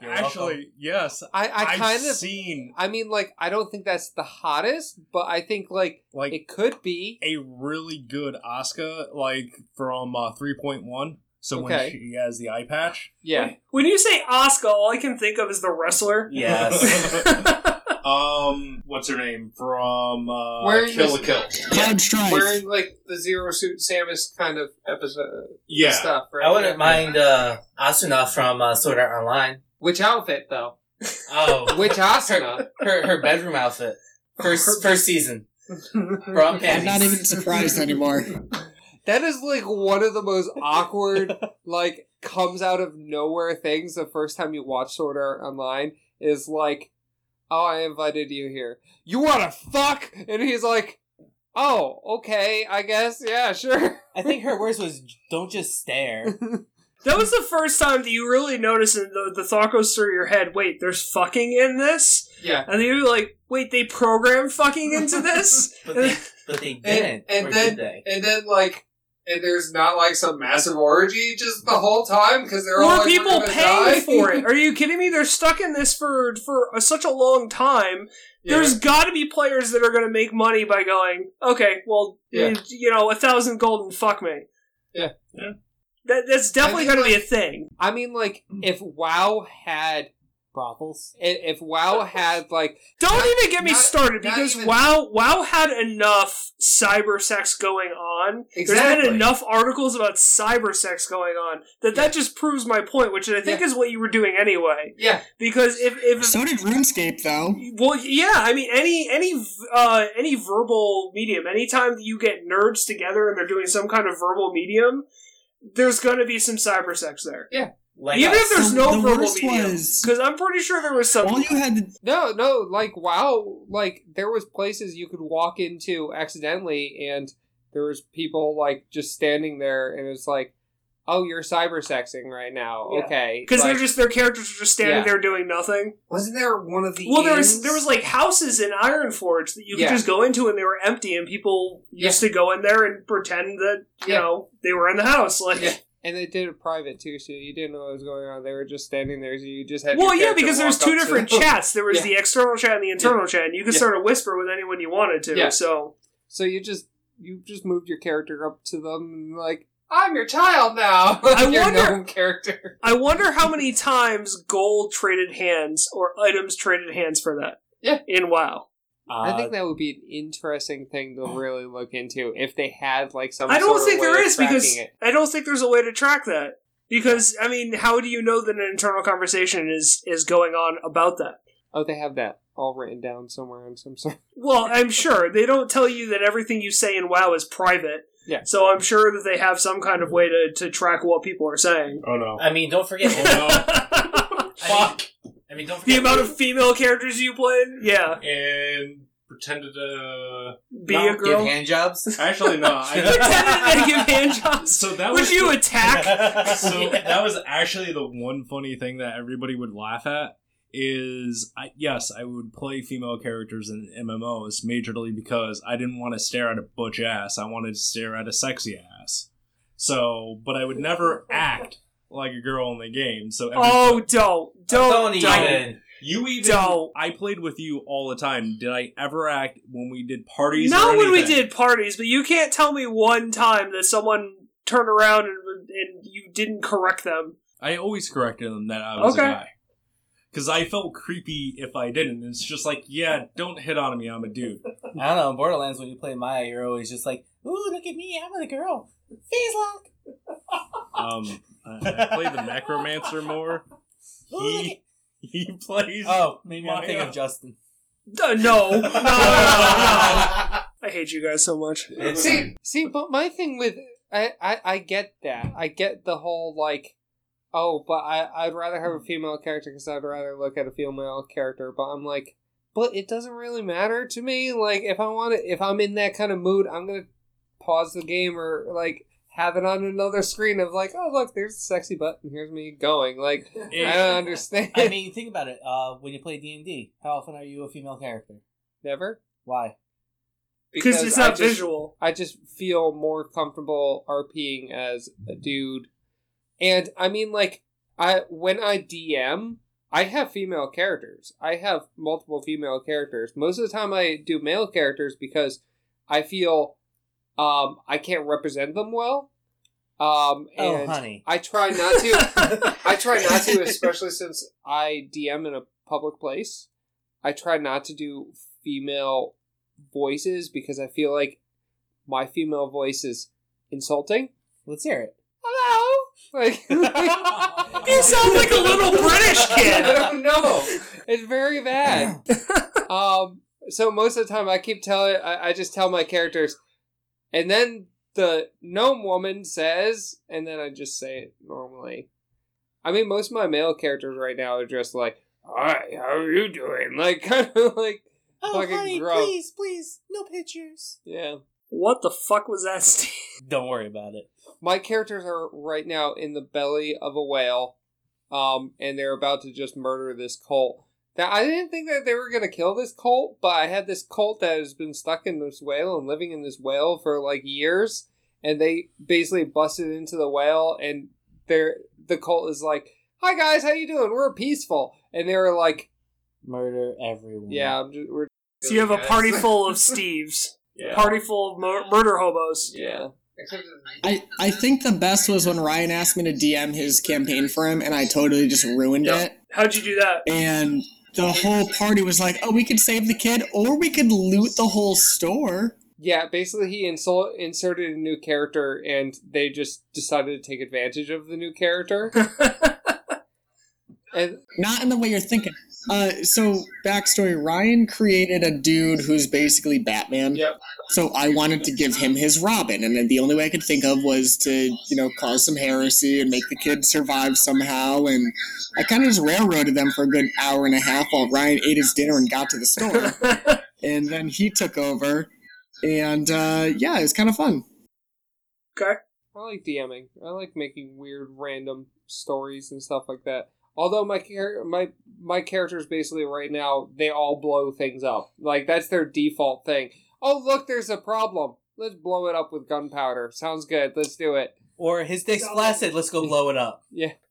E: actually, yes.
B: I, I
E: I've
B: kind of
E: seen
B: I mean like I don't think that's the hottest, but I think like
E: like
B: it could be.
E: a really good Oscar, like from uh, 3.1. So
B: Okay.
E: when she has the eye patch,
B: Yeah.
A: When you say Oscar, all I can think of is the wrestler.
E: um, what's her name from uh,
F: Where is
E: Kill
F: this-
E: a Kill?
D: Cloud Strife.
F: Wearing like the zero suit Samus kind of episode
E: Yeah,
F: stuff, right?
G: I wouldn't mind uh, Asuna from uh, Sword Art Online.
F: Which outfit though?
C: Oh,
F: Which asana?
C: her her bedroom outfit. First first season. Bra and
D: I'm
C: panties.
D: not even surprised anymore.
B: That is like one of the most awkward, like comes out of nowhere things. The first time you watch Sword Art Online is like, "Oh, I invited you here. You want to fuck?" And he's like, "Oh, okay, I guess. Yeah, sure."
C: I think her worst was don't just stare.
A: That was the first time that you really noticed it, the, the thought goes through your head, wait, there's fucking in this?
F: Yeah.
A: And then you're like, wait, they programmed fucking into this?
C: But they but they didn't.
F: and
C: or
F: then-
C: did they?
F: And then like, and there's not like some massive orgy just the whole time because they're
A: Were
F: all like, we're
A: people
F: gonna
A: paying
F: die.
A: for it? Are you kidding me? They're stuck in this for, for a, such a long time.
F: Yeah.
A: There's got to be players that are going to make money by going, okay, well,
F: Yeah.
A: you, you know, a thousand golden, fuck me.
F: Yeah.
E: Yeah.
A: That, that's definitely
F: think,
A: going to be a thing.
B: I mean, like if WoW had
C: Brothels.
B: if if WoW had like
A: Don't even get me
F: not-
A: started
F: not
A: because
F: even-
A: WoW WoW had enough cyber sex going on. There's
F: Exactly.
A: been enough articles about cyber sex going on that that just proves my point, which I think is what you were doing anyway.
F: Yeah.
A: Because if if
D: So did RuneScape, though.
A: well, yeah, I mean any any uh, any verbal medium, anytime that you get nerds together and they're doing some kind of verbal medium, there's going to be some cyber sex there.
C: Like
A: even
C: us.
A: if there's
D: So
A: no
D: the
A: verbal
D: worst
A: medium,
D: was-
A: because I'm pretty sure there was some.
D: All you had to
B: No, no, like wow, like there was places you could walk into accidentally and there was people like just standing there and it's like, "Oh, you're cyber sexing right now."
A: Yeah.
B: Okay.
A: because
B: like,
A: they're just their characters are just standing
B: Yeah.
A: there doing nothing.
F: Wasn't there one of the
A: Well, there was
F: inns?
A: there was like houses in Ironforge that you could
B: Yeah.
A: just go into and they were empty, and people used to go in there and pretend that you
F: Yeah.
A: know they were in the house. Like,
F: Yeah.
B: and they did it private too, so you didn't know what was going on. They were just standing there, so you just had
A: well,
B: your
A: yeah,
B: character
A: because there was
B: walk
A: two
B: up to
A: different
B: them.
A: chats. There was
F: Yeah.
A: the external chat and the internal chat, and you could
F: Yeah.
A: sort of whisper with anyone you wanted to.
F: Yeah.
A: So
B: So you just you just moved your character up to them and like
F: I'm your child now.
A: I
F: Your
A: wonder-
F: gnome character.
A: I wonder how many times gold traded hands or items traded hands for that.
F: Yeah.
A: in WoW.
B: I
C: Uh,
B: think that would be an interesting thing to really look into if they had like some
A: I
B: sort
A: don't
B: of
A: think
B: way
A: there
B: of
A: is because
B: tracking it.
A: I don't think there's a way to track that. Because I mean, how do you know that an internal conversation is is going on about that?
B: Oh, they have that all written down somewhere on some sort.
A: Well, I'm sure they don't tell you that everything you say in WoW is private.
B: Yeah.
A: So I'm sure that they have some kind of way to, to track what people are saying.
E: Oh no.
C: I mean, don't forget.
A: Fuck.
C: I mean, don't
A: The
C: forget
A: amount of female characters you played. Yeah.
E: And pretended to.
A: Be
C: No,
A: a girl.
C: Give hand jobs.
E: Actually, no. I,
A: Pretended to give hand jobs.
E: so that
A: Would
E: was
A: you attack?
E: so that was actually the one funny thing that everybody would laugh at is I, yes i would play female characters in mmos majorly because i didn't want to stare at a butch ass i wanted to stare at a sexy ass so but i would never act like a girl in the game so every-
A: Oh, don't. Don't.
C: Tony,
A: Don't.
C: even.
E: you even
A: don't.
E: i played with you all the time did i ever act when we did parties
A: Not
E: or
A: when we
E: anything?
A: did parties, but you can't tell me one time that someone turned around and, and you didn't correct them.
E: I always corrected them that I was
A: Okay.
E: a guy. Because I felt creepy if I didn't. It's just like, yeah, don't hit on me. I'm a dude.
C: I don't know. In Borderlands, when you play Maya, you're always just like, "Ooh, look at me! I'm a girl." Face lock.
E: Um, I, I play the necromancer more.
C: Ooh, look at-
E: He he plays.
C: Oh, maybe I'm
E: Maya.
C: thinking of Justin.
A: Uh, no. No, no, no, no. I hate you guys so much.
F: See,
B: See, but my thing with I, I I get that. I get the whole like, oh, but I I'd rather have a female character because I'd rather look at a female character. But I'm like, but it doesn't really matter to me. Like if I want to, if I'm in that kind of mood, I'm gonna pause the game or like have it on another screen of like, oh look, there's a sexy butt and here's me going. Like I don't understand.
C: I mean, think about it. Uh, when you play D and D, how often are you a female character?
B: Never.
C: Why?
A: Because it's
B: I
A: not
B: just-
A: visual.
B: I just feel more comfortable RPing as a dude. And I mean like I when I DM, I have female characters. I have multiple female characters. Most of the time I do male characters because I feel um I can't represent them well. Um
C: Oh,
B: and
C: honey.
B: I try not to I try not to
F: especially since
B: I DM in a public place, I try not to do female voices because I feel like my female voice is insulting.
C: Let's hear it.
B: Hello, Like,
A: You sound like a little British
F: I
A: kid.
F: don't know.
B: It's very bad. um, so most of the time, I keep telling, I, I just tell my characters, and then the gnome woman says, and then I just say it normally. I mean, most of my male characters right now are just like, "Hi, how are you doing?" Like, kind of like,
C: Oh,
B: Fucking
C: honey,
B: gross.
C: please, please, no pictures.
B: yeah.
A: What the fuck was that, Steve?
C: Don't worry about it.
B: My characters are right now in the belly of a whale, um, and they're about to just murder this cult. That I didn't think that they were gonna kill this cult, but I had this cult that has been stuck in this whale and living in this whale for like years, and they basically busted into the whale, and they're the cult is like, "Hi guys, how you doing? We're peaceful," and they were like,
C: Murder everyone.
B: "Yeah, I'm just, we're
A: So you have a
F: Guys.
A: party full of Steves,
F: Yeah.
A: party full of mur- murder hobos.
F: Yeah. Except it's-
D: I, I think the best was when Ryan asked me to DM his campaign for him, and I totally just ruined
A: Yeah.
D: it.
A: How'd you do that?
D: And the whole party was like, oh, we could save the kid, or we could loot the whole store.
B: Yeah, basically he insult- inserted a new character and they just decided to take advantage of the new character. and
D: Not in the way you're thinking. Uh, so, backstory Ryan created a dude who's basically Batman.
F: Yep.
D: So, I wanted to give him his Robin, and then the only way I could think of was to, you know, cause some heresy and make the kid survive somehow. And I kind of just railroaded them for a good hour and a half while Ryan ate his dinner and got to the store. and then he took over. And uh, yeah, it was kind of fun.
B: I like DMing. I like making weird random stories and stuff like that. Although my char- my my characters basically right now they all blow things up. Like that's their default thing. Oh look, there's a problem. Let's blow it up with gunpowder. Sounds good. Let's do it.
C: Or his dick's flaccid. Let's go blow it up.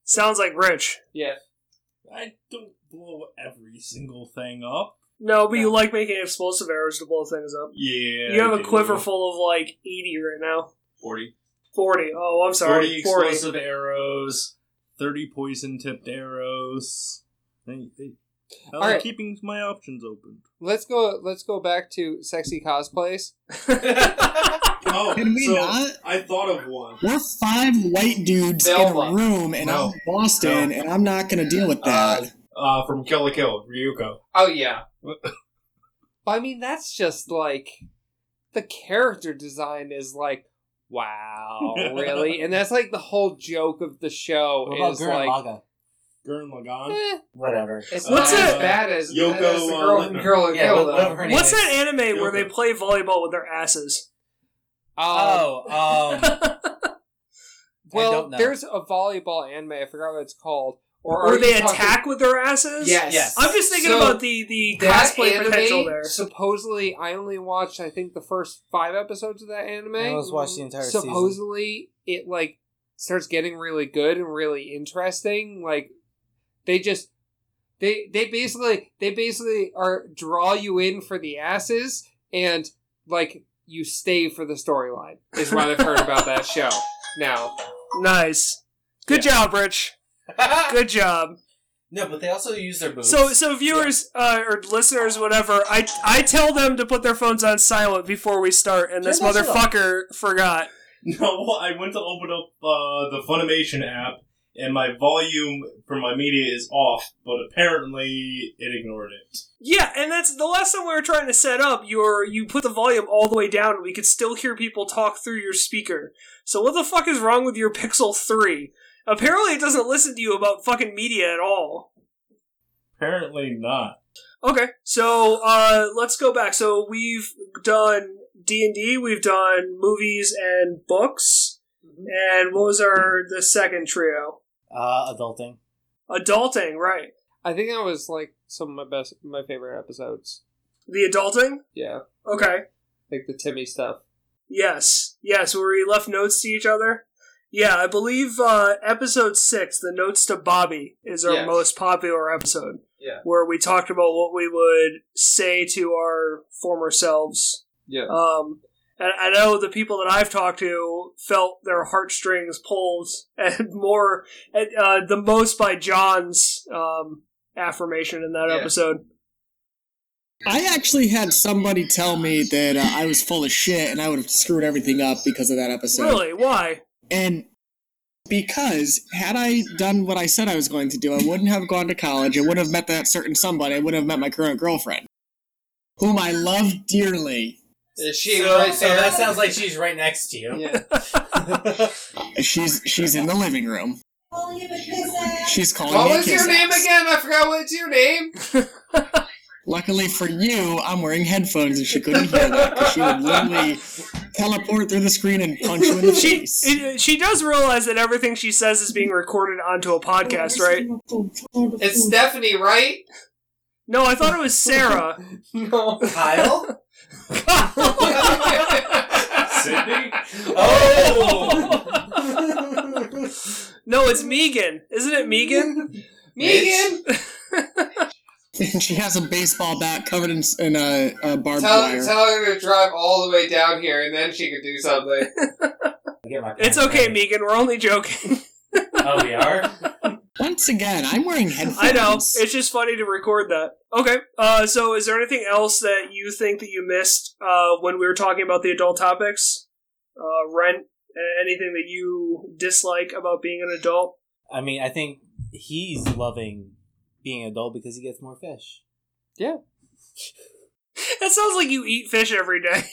A: Sounds like Rich.
B: Yeah.
E: I don't blow every single thing up.
A: No, but you like making explosive arrows to blow things up.
E: Yeah.
A: you have
E: I
A: a
E: do.
A: quiver full of like 80 right now.
E: 40.
A: 40. Oh, I'm sorry. 40.
E: 40 explosive arrows, 30 poison tipped arrows. I, I, I like
B: right.
E: keeping my options open.
B: Let's go. Let's go back to sexy cosplays.
E: Oh,
D: Can we not?
E: I thought of one.
D: We're five white dudes in
F: Velma.
D: a room, and
E: No.
D: I'm Boston,
E: No.
D: and I'm not going to deal with that.
E: Uh, uh, from Kill la Kill, Ryuko.
F: Oh yeah.
B: I mean, that's just like the character design is like, wow, really, and that's like the whole joke of the show
C: What about
B: is
C: Gurren
B: like,
C: Laga?
E: Gurren Lagann.
B: eh,
C: Whatever.
F: It's
A: What's
F: not as
A: it?
F: bad as,
E: Yoko,
F: as the girl
E: uh,
F: from Girl and
C: Yeah,
F: Kill,
C: what-
F: though.
C: whatever her name
A: What's
C: is.
A: that anime where
E: Okay.
A: they play volleyball with their asses?
B: um,
C: Oh, um,
B: well,
C: don't know.
B: there's a volleyball anime. I forgot what it's called.
A: Or,
B: are
A: they
B: you talking-
A: attack with their asses?
F: Yes.
C: Yes.
A: I'm just thinking
B: So,
A: about the, the
F: that
A: cosplay
F: anime-
A: potential there.
B: Supposedly, I only watched I think the first five episodes of that anime.
C: I almost watched the entire season.
B: supposedly it like starts getting really good and really interesting like they just they they basically they basically are draw you in for the asses and like you stay for the storyline is what i've heard about that show now
A: Nice. Good job, Rich. Good job.
C: No, but they also use their boobs.
A: So, so viewers uh, or listeners, whatever, I I tell them to put their phones on silent before we start, and this
C: Turn that shit off.
A: motherfucker forgot.
E: No, I went to open up uh, the Funimation app, and my volume for my media is off, but apparently it ignored it.
A: Yeah, and that's the last time we were trying to set up. You were, you put the volume all the way down, and we could still hear people talk through your speaker. So what the fuck is wrong with your Pixel Three? Apparently, it doesn't listen to you about fucking media at all.
E: Apparently not.
A: Okay, so uh, let's go back. So we've done D and D, we've done movies and books, and what was our the second trio?
C: uh, adulting.
A: Adulting, right?
B: i think that was like some of my best my favorite episodes
A: The adulting.
B: yeah
A: Okay.
B: like the timmy stuff
A: Yes. Yes, where we left notes to each other. Yeah, I believe uh, episode six, the notes to Bobby, is our
F: Yes.
A: most popular episode,
F: yeah.
A: where we talked about what we would say to our former selves.
B: yeah
A: Um, and I know the people that I've talked to felt their heartstrings pulled, and more, and, uh, the most by John's um, affirmation in that
F: Yeah.
A: episode.
D: I actually had somebody tell me that uh, I was full of shit and I would have screwed everything up because of that episode.
A: Really? Why?
D: And because had I done what I said I was going to do, I wouldn't have gone to college. I wouldn't have met that certain somebody. I wouldn't have met my current girlfriend, whom I love dearly.
F: Is she
C: So,
F: right
C: so
F: there?
C: that sounds like she's right next to you.
B: Yeah.
D: She's she's in the living room. She's calling
F: What
D: me a
F: was your
D: kiss
F: name
D: ass.
F: again? I forgot what's your name.
D: Luckily for you, I'm wearing headphones and she couldn't hear that because she would literally teleport through the screen and punch you in the
A: She
D: face.
A: it- she does realize that everything she says is being recorded onto a podcast, right?
F: It's Stephanie, right?
A: No, I thought it was Sarah.
C: um,
F: No.
C: Kyle?
E: Sydney?
C: Oh!
A: no, it's Megan. Isn't it Megan?
F: Megan,
D: And she has a baseball bat covered in, in a, a barbed
F: tell,
D: wire.
F: tell her to drive all the way down here, and then she could do something.
C: Get my
A: It's
C: pants
A: okay,
C: ready.
A: Megan. We're only joking.
C: Oh, we are?
D: Once again, I'm wearing headphones.
A: I know. It's just funny to record that. Okay. Uh, so, is there anything else that you think that you missed uh, when we were talking about the adult topics? Uh, rent? a- Anything that you dislike about being an adult?
C: I mean, I think he's loving being an adult because he gets more fish.
A: That sounds like you eat fish every day.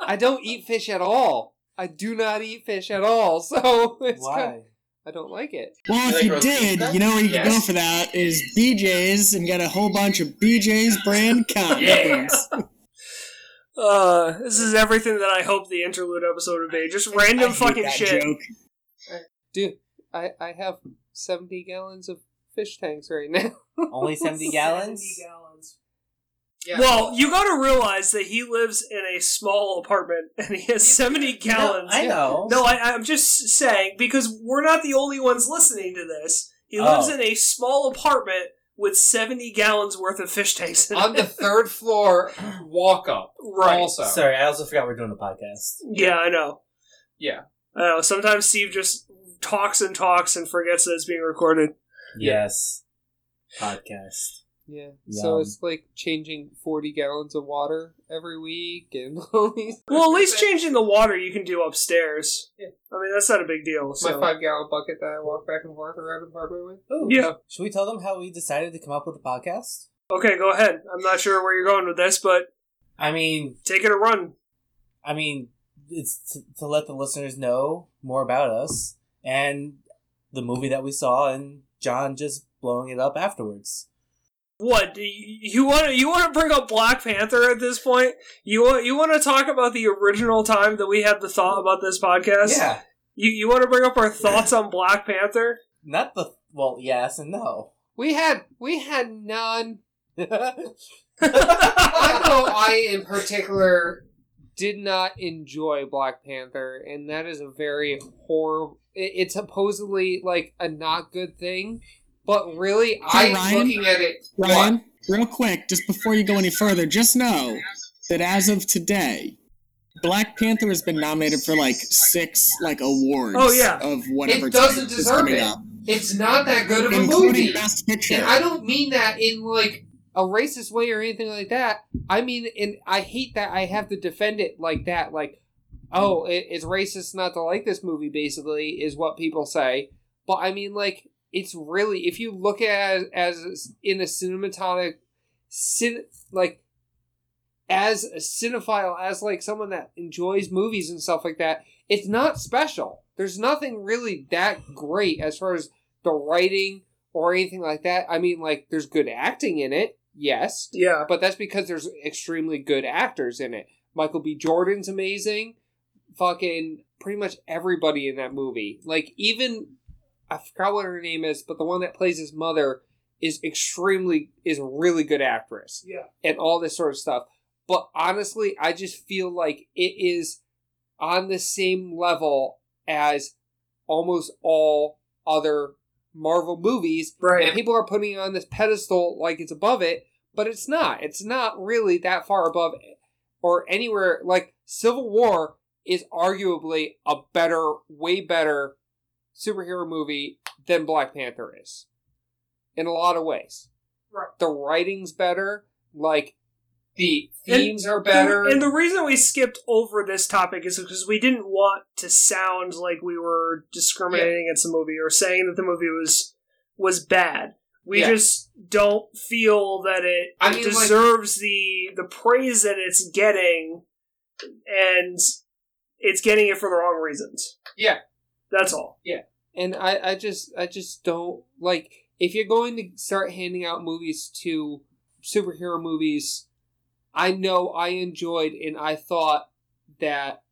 B: I don't eat fish at all. I do not eat fish at all. So it's kind
C: Why?
B: I don't like it.
D: well, if
F: Like
D: you
F: roast
D: did,
F: beef?
D: you know where you could go
F: Yes.
D: for that is BJ's and get a whole bunch of BJ's brand condoms.
A: Uh, this is everything that I hope the interlude episode would be. Just
D: I
A: random
D: hate
A: fucking
D: that
A: shit.
D: joke.
B: Dude, I, I have 70 gallons of fish tanks right now.
C: Only 70 gallons?
A: gallons.
F: Yeah.
A: Well, you gotta realize that he lives in a small apartment and he has 70 gallons.
C: No, I know.
A: No, I, I'm just saying, because we're not the only ones listening to this. He
C: Oh.
A: lives in a small apartment with 70 gallons worth of fish tanks in it.
F: on the third floor, walk up.
A: Right.
F: Also,
C: Sorry, I also forgot we're doing a podcast.
A: Yeah, I know.
F: Yeah.
A: I know. Sometimes Steve just talks and talks and forgets that it's being recorded.
C: Yes. Podcast.
B: Yeah. So
C: Yum.
B: it's like changing 40 gallons of water every week and all these.
A: Well, at least changing the water you can do upstairs. I mean, that's not a big deal.
F: my
A: So.
F: five gallon bucket that I walk back and forth around the apartment with.
C: Ooh,
A: Yeah.
C: Should we tell them how we decided to come up with the podcast?
A: Okay, go ahead. I'm not sure where you're going with this, but
C: I mean,
A: take it or run.
C: I mean, it's t- to let the listeners know more about us and the movie that we saw, and John just blowing it up afterwards.
A: What do you, you want? to You want to bring up Black Panther at this point? You want? You want to talk about the original time that we had the thought about this podcast?
C: yeah,
A: You you want to bring up our thoughts on Black Panther?
C: not the well, yes and no.
B: We had we had none.
F: I know I, in particular,
B: Did not enjoy Black Panther, and that is a very horrible. It's supposedly like a not good thing, but really,
F: I'm
D: Ryan?
F: looking at it.
D: Ryan, real quick, just before you go any further, just know that as of today, Black Panther has been nominated for like six like awards.
A: Oh, yeah.
D: of whatever.
F: It doesn't
D: type is
F: deserve
D: coming
F: it.
D: up,
F: It's not that good of a
D: including
F: movie.
D: Best Picture.
F: And I don't mean that in like
B: a racist way or anything like that. I mean, and I hate that I have to defend it like that. Like, oh, it, it's racist not to like this movie. Basically, is what people say. But I mean, like, it's really if you look at it as, as in a cinematonic, cin, like, as a cinephile, as like someone that enjoys movies and stuff like that, it's not special. There's nothing really that great as far as the writing or anything like that. I mean, like, there's good acting in it, yes,
A: Yeah,
B: but that's because there's extremely good actors in it. Michael B. Jordan's amazing. Fucking pretty much everybody in that movie. Like, even, I forgot what her name is, but the one that plays his mother is extremely, is a really good actress
A: yeah.
B: and all this sort of stuff. But honestly, I just feel like it is on the same level as almost all other Marvel movies.
A: Right.
B: And people are putting it on this pedestal like it's above it, but it's not. It's not really that far above it or anywhere. Like Civil War is arguably a better, way better superhero movie than Black Panther is in a lot of ways.
A: Right.
B: The writing's better. Like The
A: And-
B: themes are better.
A: And the reason we skipped over this topic is because we didn't want to sound like we were discriminating against the movie or saying that the movie was was bad. We
B: Yeah.
A: just don't feel that it,
F: I
A: it
F: mean, like-
A: deserves the the praise that it's getting, and it's getting it for the wrong reasons.
B: Yeah.
A: that's all.
B: and I, I just I just don't like if you're going to start handing out movies to superhero movies I know I enjoyed and I thought that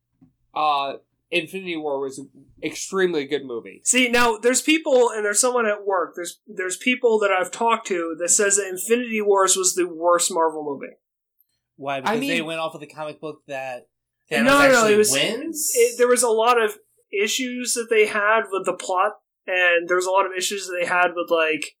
B: uh Infinity War was an extremely good movie.
A: See now, there's people, and there's someone at work. There's there's people that I've talked to that says that Infinity Wars was the worst Marvel movie.
C: Why? Because they
B: mean-
C: went off of the comic book that
A: No,
C: Thanos
A: no, it
C: actually
A: was-
C: wins.
A: it, there was a lot of issues that they had with the plot, and there was a lot of issues that they had with like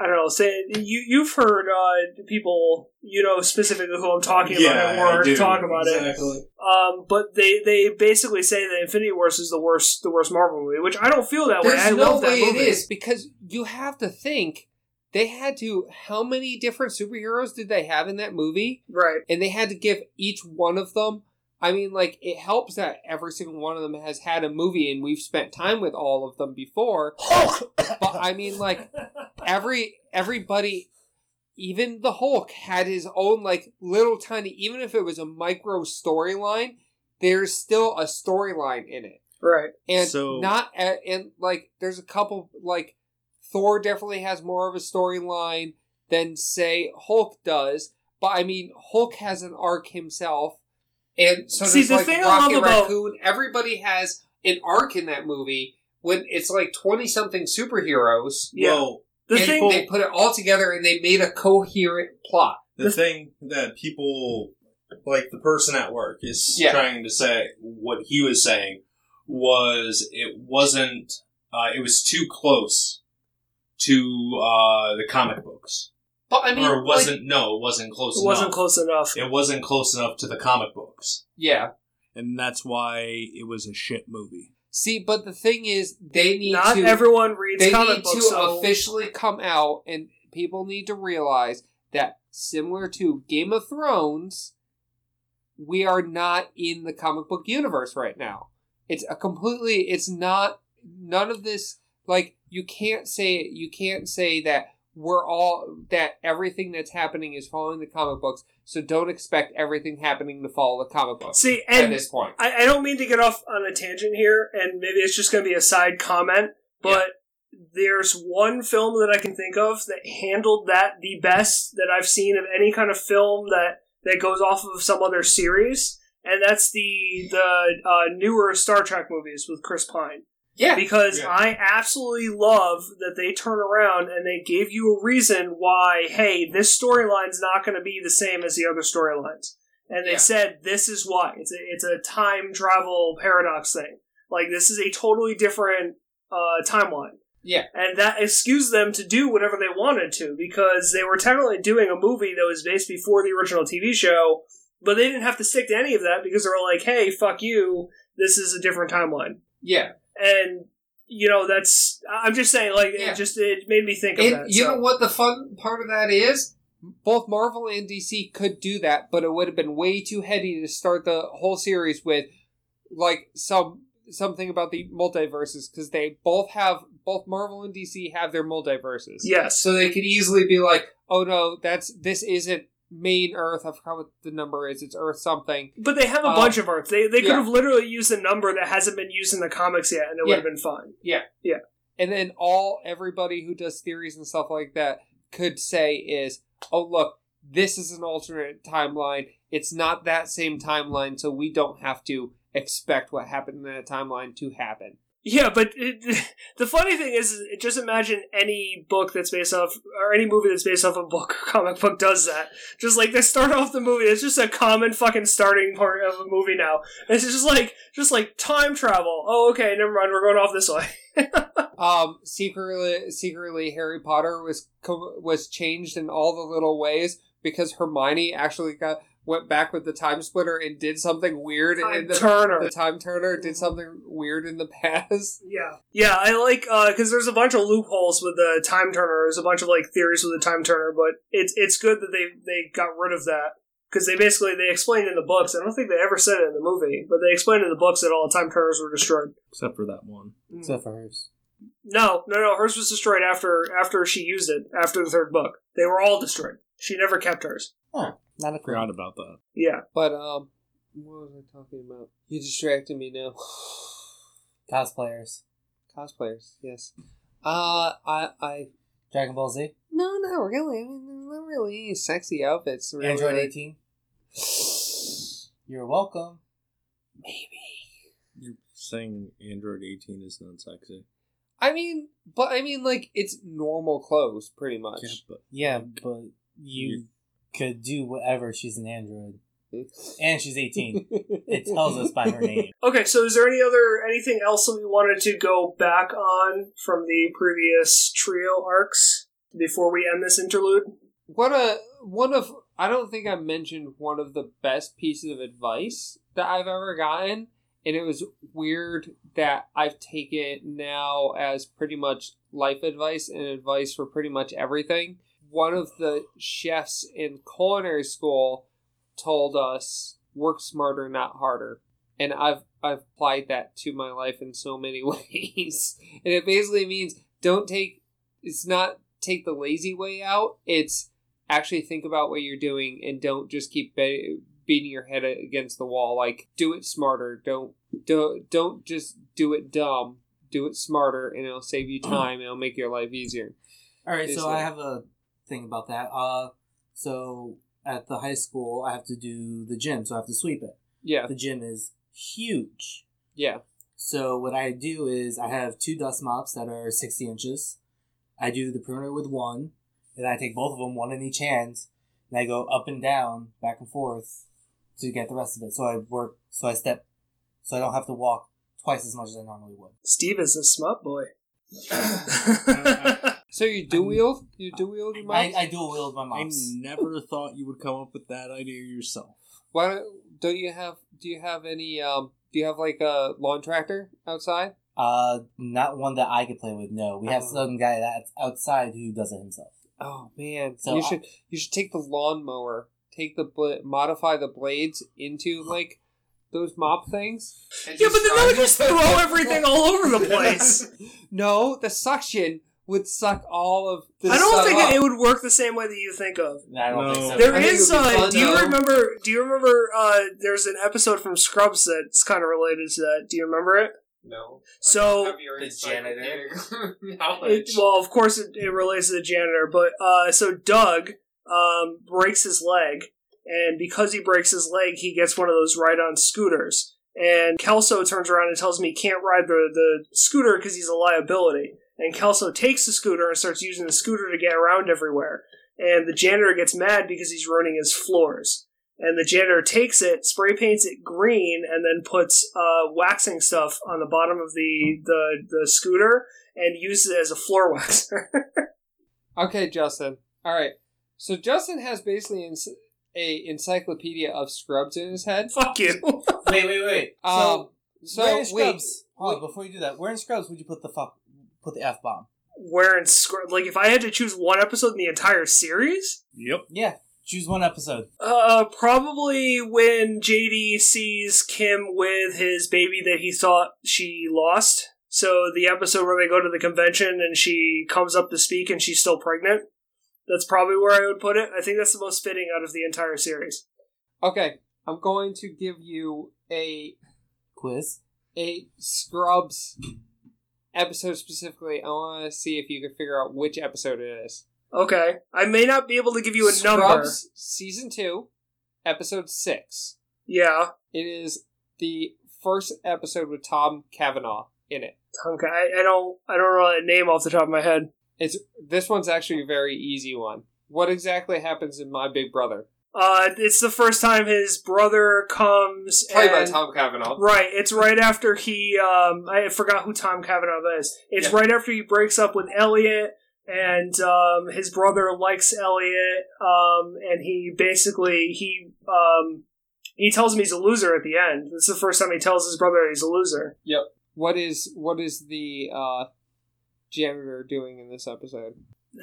A: I don't know. Say you you've heard uh, people you know specifically who I'm talking about at work talk about it. Um, but they they basically say that Infinity Wars is the worst the worst Marvel movie, which I don't feel that way. I
B: There's no
A: love that
B: way it
A: movie.
B: is because you have to think they had to how many different superheroes did they have in that movie?
A: Right.
B: and they had to give each one of them i mean like it helps that every single one of them has had a movie and we've spent time with all of them before but i mean like every everybody even the hulk had his own like little tiny even if it was a micro storyline there's still a storyline in it
A: Right.
B: and
E: So-
B: not a- and like there's a couple like Thor definitely has more of a storyline than say Hulk does, but I mean Hulk has an arc himself, and so
A: See,
B: there's
A: the
B: like
A: thing I
B: Rocket
A: love about-
B: Raccoon. Everybody has an arc in that movie when it's like twenty something superheroes.
A: Yeah.
E: Well,
A: The
B: and
A: thing.
B: they put it all together and they made a coherent plot.
E: the thing that people like the person at work is
B: Yeah.
E: trying to say what he was saying was it wasn't uh, it was too close to uh, the comic books
B: But I mean,
E: or it
B: like-
E: wasn't no it wasn't close
A: it wasn't
E: enough
A: close enough.
E: it wasn't close enough to the comic books
B: yeah.
E: and that's why it was a shit movie
B: See, but the thing is, they need
A: Not
B: to
A: everyone reads
B: they
A: comic
B: need
A: books.
B: to
A: so-
B: officially come out and people need to realize that similar to game of thrones we are not in the comic book universe right now it's a completely it's not none of this like you can't say you can't say that we're all that everything that's happening is following the comic books so don't expect everything happening to follow the comic books
A: See,
B: at
A: and
B: this point
A: I, I don't mean to get off on a tangent here, and maybe it's just going to be a side comment, but there's one film that I can think of that handled that the best that I've seen of any kind of film that that goes off of some other series, and that's the the uh, newer Star Trek movies with Chris Pine.
B: yeah
A: Because
E: Yeah.
A: I absolutely love that they turn around and they gave you a reason why, hey, this storyline's not going to be the same as the other storylines. And they
B: Yeah.
A: said, this is why. It's a, it's a time travel paradox thing. Like, this is a totally different uh, timeline.
B: Yeah.
A: And that excused them to do whatever they wanted to because they were technically doing a movie that was based before the original TV show, but they didn't have to stick to any of that because they were like, hey, fuck you. This is a different timeline
B: yeah
A: and you know that's I- i'm just saying like
B: Yeah.
A: it just it made me think of
B: And
A: that
B: you
A: so.
B: know what the fun part of that is? Both Marvel and DC could do that, but it would have been way too heady to start the whole series with like some something about the multiverses because they both have both Marvel and DC have their multiverses.
A: yes
B: So they could easily be like, "Oh no, that's this isn't main Earth. I forgot what the number is. It's Earth something."
A: but they have a
B: Um,
A: bunch of arts they, they could
B: yeah.
A: have literally used a number that hasn't been used in the comics yet and it
B: Yeah.
A: would have been fine
B: and then all everybody who does theories and stuff like that could say is oh look this is an alternate timeline it's not that same timeline so we don't have to expect what happened in that timeline to happen
A: yeah but it, the funny thing is is just imagine any book that's based off or any movie that's based off a book or comic book does that just like they start off the movie it's just a common fucking starting part of a movie now it's just like just like time travel oh okay never mind we're going off this way
B: um secretly secretly harry potter was co- was changed in all the little ways because hermione actually got went back with the time splitter and did something weird in the,
A: turner
B: the time turner did something weird in the past
A: Yeah, yeah, I like because there's a bunch of loopholes with the time turner. There's a bunch of like theories with the time turner, but it's it's good that they they got rid of that because they basically they explained in the books. I don't think they ever said it in the movie, but they explained in the books that all the time turners were destroyed.
E: except for that one.
C: Except for hers.
A: No, no, no. Hers was destroyed after after she used it after the third book. They were all destroyed. She never kept hers.
C: Oh, not a
E: Forgot
C: crowd.
E: about that.
A: Yeah.
B: But um, what was I talking about? You distracted me now.
C: Cosplayers.
B: Cosplayers, yes. Uh, I, I,
C: Dragon Ball Z.
B: no, not really. I mean, there's not really any sexy outfits. Really.
C: Android 18. You're welcome.
E: You're saying Android 18 is not sexy.
B: I mean, but I mean, like it's normal clothes, pretty much.
E: Yeah, but
C: Yeah, but you could do whatever. She's an android. And she's 18. it tells us by her name.
A: Okay. So, is there any other anything else that we wanted to go back on from the previous trio arcs before we end this interlude?
B: What a one of I don't think I mentioned one of the best pieces of advice that I've ever gotten, and it was weird that I've taken it now as pretty much life advice and advice for pretty much everything. One of the chefs in culinary school told us work smarter, not harder. And I've I've applied that to my life in so many ways. and it basically means don't take it's not take the lazy way out. It's actually think about what you're doing and don't just keep be- beating your head against the wall like do it smarter don't don't don't just do it dumb do it smarter and it'll save
C: Uh-huh.
B: you time it'll make your life easier
C: All right, so
B: Basically.
C: I have a thing about that. Uh, so at the high school, I have to do the gym, so I have to sweep it.
B: yeah
C: The gym is huge.
B: yeah
C: So what I do is I have two dust mops that are sixty inches. I do the perimeter with one, and I take both of them, one in each hand, and I go up and down, back and forth, to get the rest of it. So I work, so I step, so I don't have to walk twice as much as I normally would.
A: Steve is a smut boy.
B: so you do wield you do wield your
C: I,
B: mouse
C: I dual wield my
E: I
C: mops.
E: never thought you would come up with that idea yourself.
B: why don't, don't you have do you have any um do you have like a lawn tractor outside
C: Uh, not one that I could play with. No, we have
B: Oh.
C: some guy that's outside who does it himself.
B: oh man
C: So
B: you
C: I-
B: should you should take the lawnmower take the bl- modify the blades into like those mop things
F: And
A: Yeah, but then that would
F: run.
A: just throw everything all over the place.
B: No, the suction would suck all of the.
A: I don't
B: sun
A: think it,
B: up.
A: it would work the same way that you think of.
C: I don't
E: No.
C: think so.
A: There
B: I think
A: is.
B: it would be
A: Uh,
B: fun,
A: do you
B: though.
A: remember? Do you remember? Uh, there's an episode from Scrubs that's kind of related to that. Do you remember it?
F: No.
A: So-
F: I have your
C: The
F: encyclopedic
A: It-
F: knowledge.
A: well, of course, it, it relates to the janitor. But uh, so Doug um, breaks his leg, and because he breaks his leg, he gets one of those ride-on scooters. And Kelso turns around and tells me he can't ride the the scooter because he's a liability. And Kelso takes the scooter and starts using the scooter to get around everywhere. And the janitor gets mad because he's ruining his floors. And the janitor takes it, spray paints it green, and then puts uh, waxing stuff on the bottom of the, the, the scooter and uses it as a floor waxer.
B: Okay, Justin. All right. So Justin has basically en- a encyclopedia of scrubs in his head.
A: Fuck you.
C: Wait, wait, wait.
B: Um,
C: so, where
B: so
C: in
B: wait,
C: Scrubs? Hold on, before you do that, where in Scrubs would you put the fuck, put the f bomb?
A: Wearing scrub. Like, if I had to choose one episode in the entire series,
E: Yep.
C: Yeah, choose one episode.
A: uh, probably when JD sees Kim with his baby that he thought she lost. So, the episode where they go to the convention and she comes up to speak and she's still pregnant. That's probably where I would put it. I think that's the most fitting out of the entire series.
B: okay. I'm going to give you a
C: Quiz.
B: a Scrubs episode specifically. I want to see if you can figure out which episode it is.
A: Okay. I may not be able to give you a number.
B: Scrubs season two, episode six.
A: Yeah.
B: It is the first episode with Tom Cavanaugh in it.
A: Okay. I, I don't I don't know that name off the top of my head.
B: It's this one's actually a very easy one. What exactly happens in My Big Brother?
A: Uh, it's the first time his brother comes.
F: Played by
A: and-
F: Tom Cavanaugh.
A: Right, it's right after he. Um, I forgot who Tom Cavanaugh is. It's
F: Yeah.
A: right after he breaks up with Elliot, and um, his brother likes Elliot, um, and he basically he um, he tells him he's a loser at the end. It's the first time he tells his brother he's a loser.
B: What is what is the uh, janitor doing in this episode?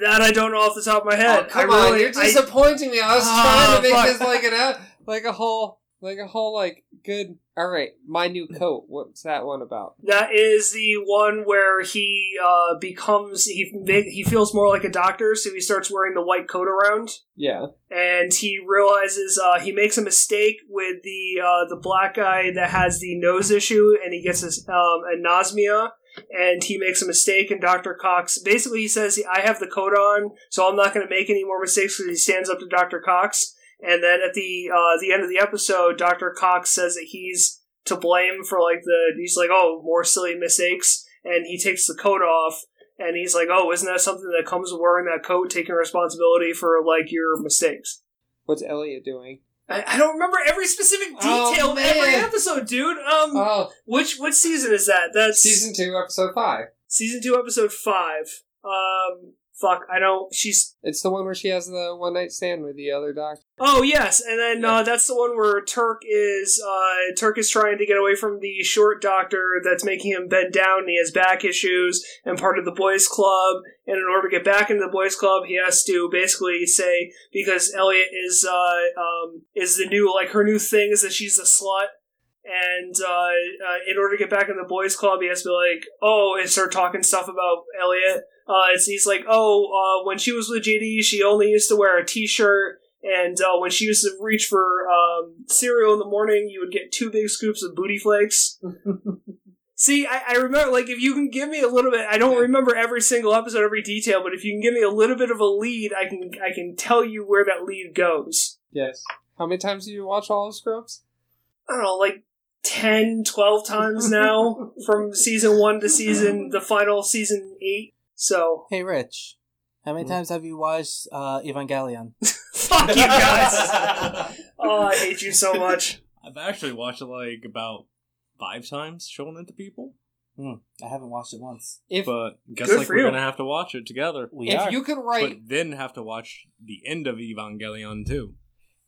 A: That I don't know off the top of my head.
F: Oh, come
A: I
F: on,
A: really,
F: you're disappointing me. I was
A: Ah,
F: trying to make
A: fuck.
F: this like an out.
B: Like a whole, like a whole, like good. All right, my new coat. What's that one about?
A: I- that is the one where he uh, becomes he ma- he feels more like a doctor, so he starts wearing the white coat around,
B: Yeah,
A: and he realizes uh, he makes a mistake with the uh, the black guy that has the nose issue, and he gets his um, anosmia. And he makes a mistake, and Dr. Cox basically he says, I have the coat on, so I'm not going to make any more mistakes because he stands up to Dr. Cox. And then at the uh, the end of the episode, Dr. Cox says that he's to blame for like the he's like oh more silly mistakes and he takes the coat off and he's like oh isn't that something that comes with wearing that coat taking responsibility for like your mistakes
B: what's Elliot doing?
A: I, I don't remember every specific
F: Oh,
A: detail of every
F: man.
A: episode dude um
F: Oh,
A: which which season is that that's
F: season two, episode five.
A: season 2 episode 5 um fuck I don't she's
B: It's the one where she has the one night stand with the other doctor.
A: Oh yes, and then uh, that's the one where Turk is uh, Turk is trying to get away from the short doctor that's making him bend down. And he has back issues and part of the boys' club. And in order to get back into the boys' club, he has to basically say because Elliot is uh, um, is the new like her new thing is that she's a slut. And uh, uh, in order to get back in the boys' club, he has to be like, oh, and start talking stuff about Elliot. Uh, it's, he's like, oh, uh, when she was with JD, she only used to wear a t-shirt and uh, when she used to reach for um, cereal in the morning, you would get two big scoops of booty flakes. See, I, I remember, like, if you can give me a little bit, I don't remember every single episode, every detail, but if you can give me a little bit of a lead, I can I can tell you where that lead goes.
B: Yes. How many times did you watch all of Scrubs?
A: I don't know, like 10, 12 times now from season one to season, the final season eight. So,
C: Hey, Rich. How many times have you watched uh, Evangelion?
A: fuck you guys. oh, I hate you so much.
E: I've actually watched it like about five times showing it to people.
C: I haven't watched it once.
B: If
E: But guess
A: Good
E: like
A: for
E: we're
A: you.
E: gonna have to watch it together.
C: We
B: if
C: are.
B: you could write
E: But then have to watch the end of Evangelion too.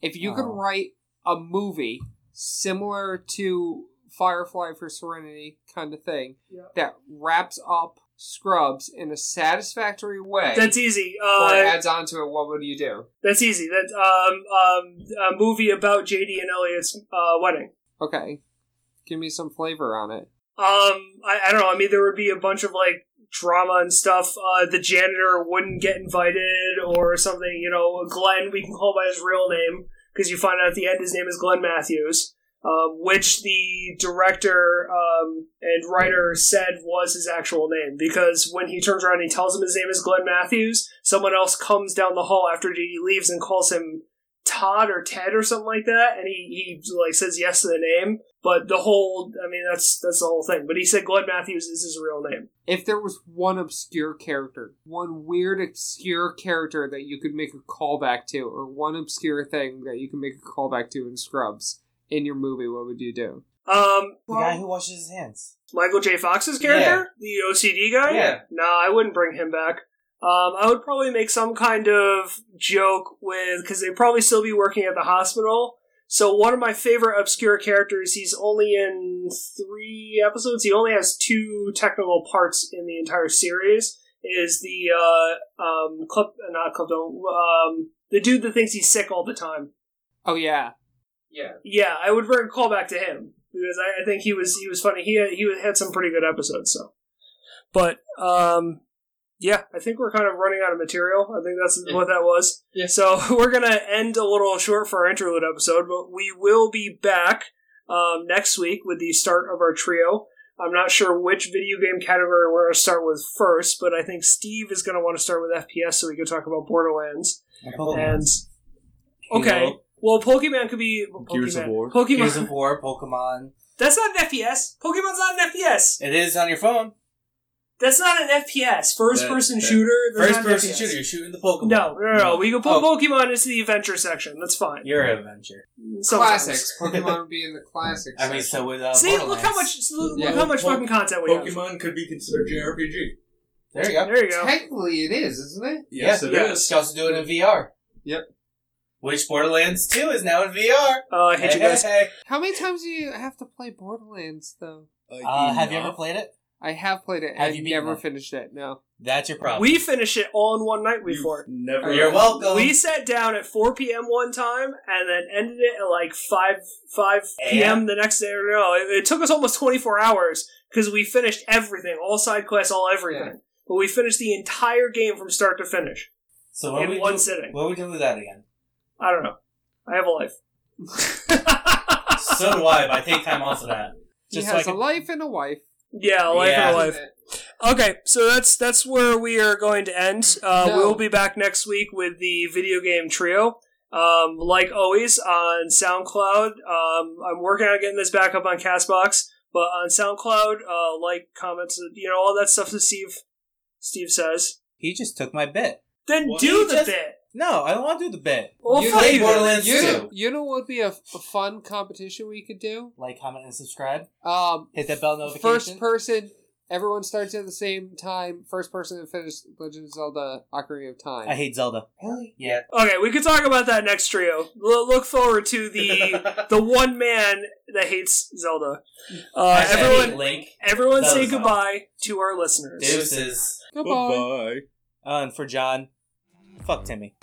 B: if you could
C: Oh.
B: write a movie similar to Firefly for Serenity kind of thing
A: Yeah.
B: that wraps up Scrubs in a satisfactory way
A: That's easy.
B: or
A: Uh,
B: adds on to it, what would you do?
A: That's easy. That um um a movie about JD and Elliot's uh, wedding.
B: Okay. Give me some flavor on it.
A: Um, I, I don't know. I mean, there would be a bunch of like drama and stuff. Uh, the janitor wouldn't get invited or something. You know, Glenn. We can call by his real name because you find out at the end his name is Glenn Matthews, um, which the director um, and writer said was his actual name because when he turns around and he tells him his name is Glenn Matthews, someone else comes down the hall after JD leaves and calls him Todd or Ted or something like that, and he, he like says yes to the name. But the whole, I mean, that's that's the whole thing. But he said Glenn Matthews is his real name.
B: If there was one obscure character, one weird obscure character that you could make a callback to, or one obscure thing that you can make a callback to in Scrubs in your movie, what would you do?
A: Um,
C: the guy who washes his hands.
A: Michael J. Fox's character, the OCD guy.
F: Yeah.
A: Nah, I wouldn't bring him back. Um, I would probably make some kind of joke with because they'd probably still be working at the hospital. So one of my favorite obscure characters. He's only in three episodes. He only has two technical parts in the entire series. Is the uh, um, clip not clip um, the dude that thinks he's sick all the time?
B: Oh, yeah.
F: Yeah.
A: Yeah, I would bring a call back to him because I, I think he was he was funny. He had, he had some pretty good episodes. So, but um, yeah, I think we're kind of running out of material. I think that's
F: Yeah.
A: what that was.
F: Yeah.
A: So we're gonna end a little short for our interlude episode, but we will be back um, next week with the start of our trio. I'm not sure which video game category we're going to start with first, but I think Steve is going to want to start with FPS so we can talk about Borderlands.
C: And Pokemon.
A: And okay,
C: Halo,
A: well, Pokemon could be
E: Gears of
A: Pokemon.
E: War.
A: Pokemon.
C: Gears of War, Pokemon.
A: That's not an FPS. Pokemon's not an FPS.
C: It is on your phone.
A: That's not an FPS. First
C: That-
A: person
C: that-
A: shooter. that's
C: First
A: not an
C: person
A: FPS.
C: shooter, you're shooting the Pokemon.
A: No, no, no, no. We can put
C: Oh.
A: Pokemon into the adventure section. That's fine.
C: You're an adventure.
A: Sometimes.
B: Classics. Pokemon would be in the classics.
C: I mean, so with uh,
A: See, look how much
C: Borderlands.
A: look
B: Yeah.
A: how much fucking content we have.
E: could be considered JRPG.
C: There you go.
A: There you go.
B: Technically, it is, isn't it?
E: Yes,
C: Yeah.
E: it is.
A: Yeah.
C: You can also do it in VR.
B: Yep.
C: Which Borderlands 2 is now in VR.
A: Uh, I hate you guys.
C: Hey, hey, hey.
B: How many times do you have to play Borderlands, though?
E: Like,
C: Uh, have you
E: enough.
C: ever played it?
B: I have played it.
C: Have
B: I've
C: you beaten
B: never
C: it?
B: finished it. No.
C: That's your problem.
A: We finished it all in one night
E: You've
A: before.
E: Never.
C: You're welcome.
A: We sat down at 4 p.m. one time and then ended it at like 5 5 p.m. the next day. Or no, it, it took us almost 24 hours because we finished everything, all side quests, all everything. But we finished the entire game from start to finish
C: so what are we
A: in one
C: do,
A: sitting.
C: What are we doing with that again?
A: I don't know. I have a life.
C: so do I, but I take time off of that.
B: He
C: Just
B: has
C: like-
B: a life and a wife.
A: yeah, a life
C: Yeah.
A: and a life. Okay, so that's that's where we are going to end. Uh,
B: No.
A: We'll be back next week with the video game trio. Um, like always on SoundCloud, um, I'm working on getting this back up on Castbox, but on SoundCloud, uh, like comments, you know all that stuff that Steve Steve says.
C: He just took my bit.
A: Then
E: What?
A: do
C: He
A: the
C: just-
A: bit.
C: No, I don't want to do the bit.
A: Well,
B: You
A: fuck
C: play
A: you then.
C: Borderlands
B: You know,
C: Two.
B: you know what would be a, f- a fun competition we could do?
C: Like, comment, and subscribe.
B: Um,
C: Hit that bell notification.
B: first person. Everyone starts at the same time. First person to finish Legend of Zelda: Ocarina of Time.
C: I hate Zelda. Really? Yeah.
A: Okay, we could talk about that next trio. Lo- look forward to the the one man that hates Zelda. Uh,
C: Hashtag
A: everyone,
C: Link.
A: everyone,
C: That
A: say
C: was fun.
A: goodbye to our listeners.
C: Deuces.
B: Goodbye.
E: Bye.
C: Uh, and for John, fuck Timmy.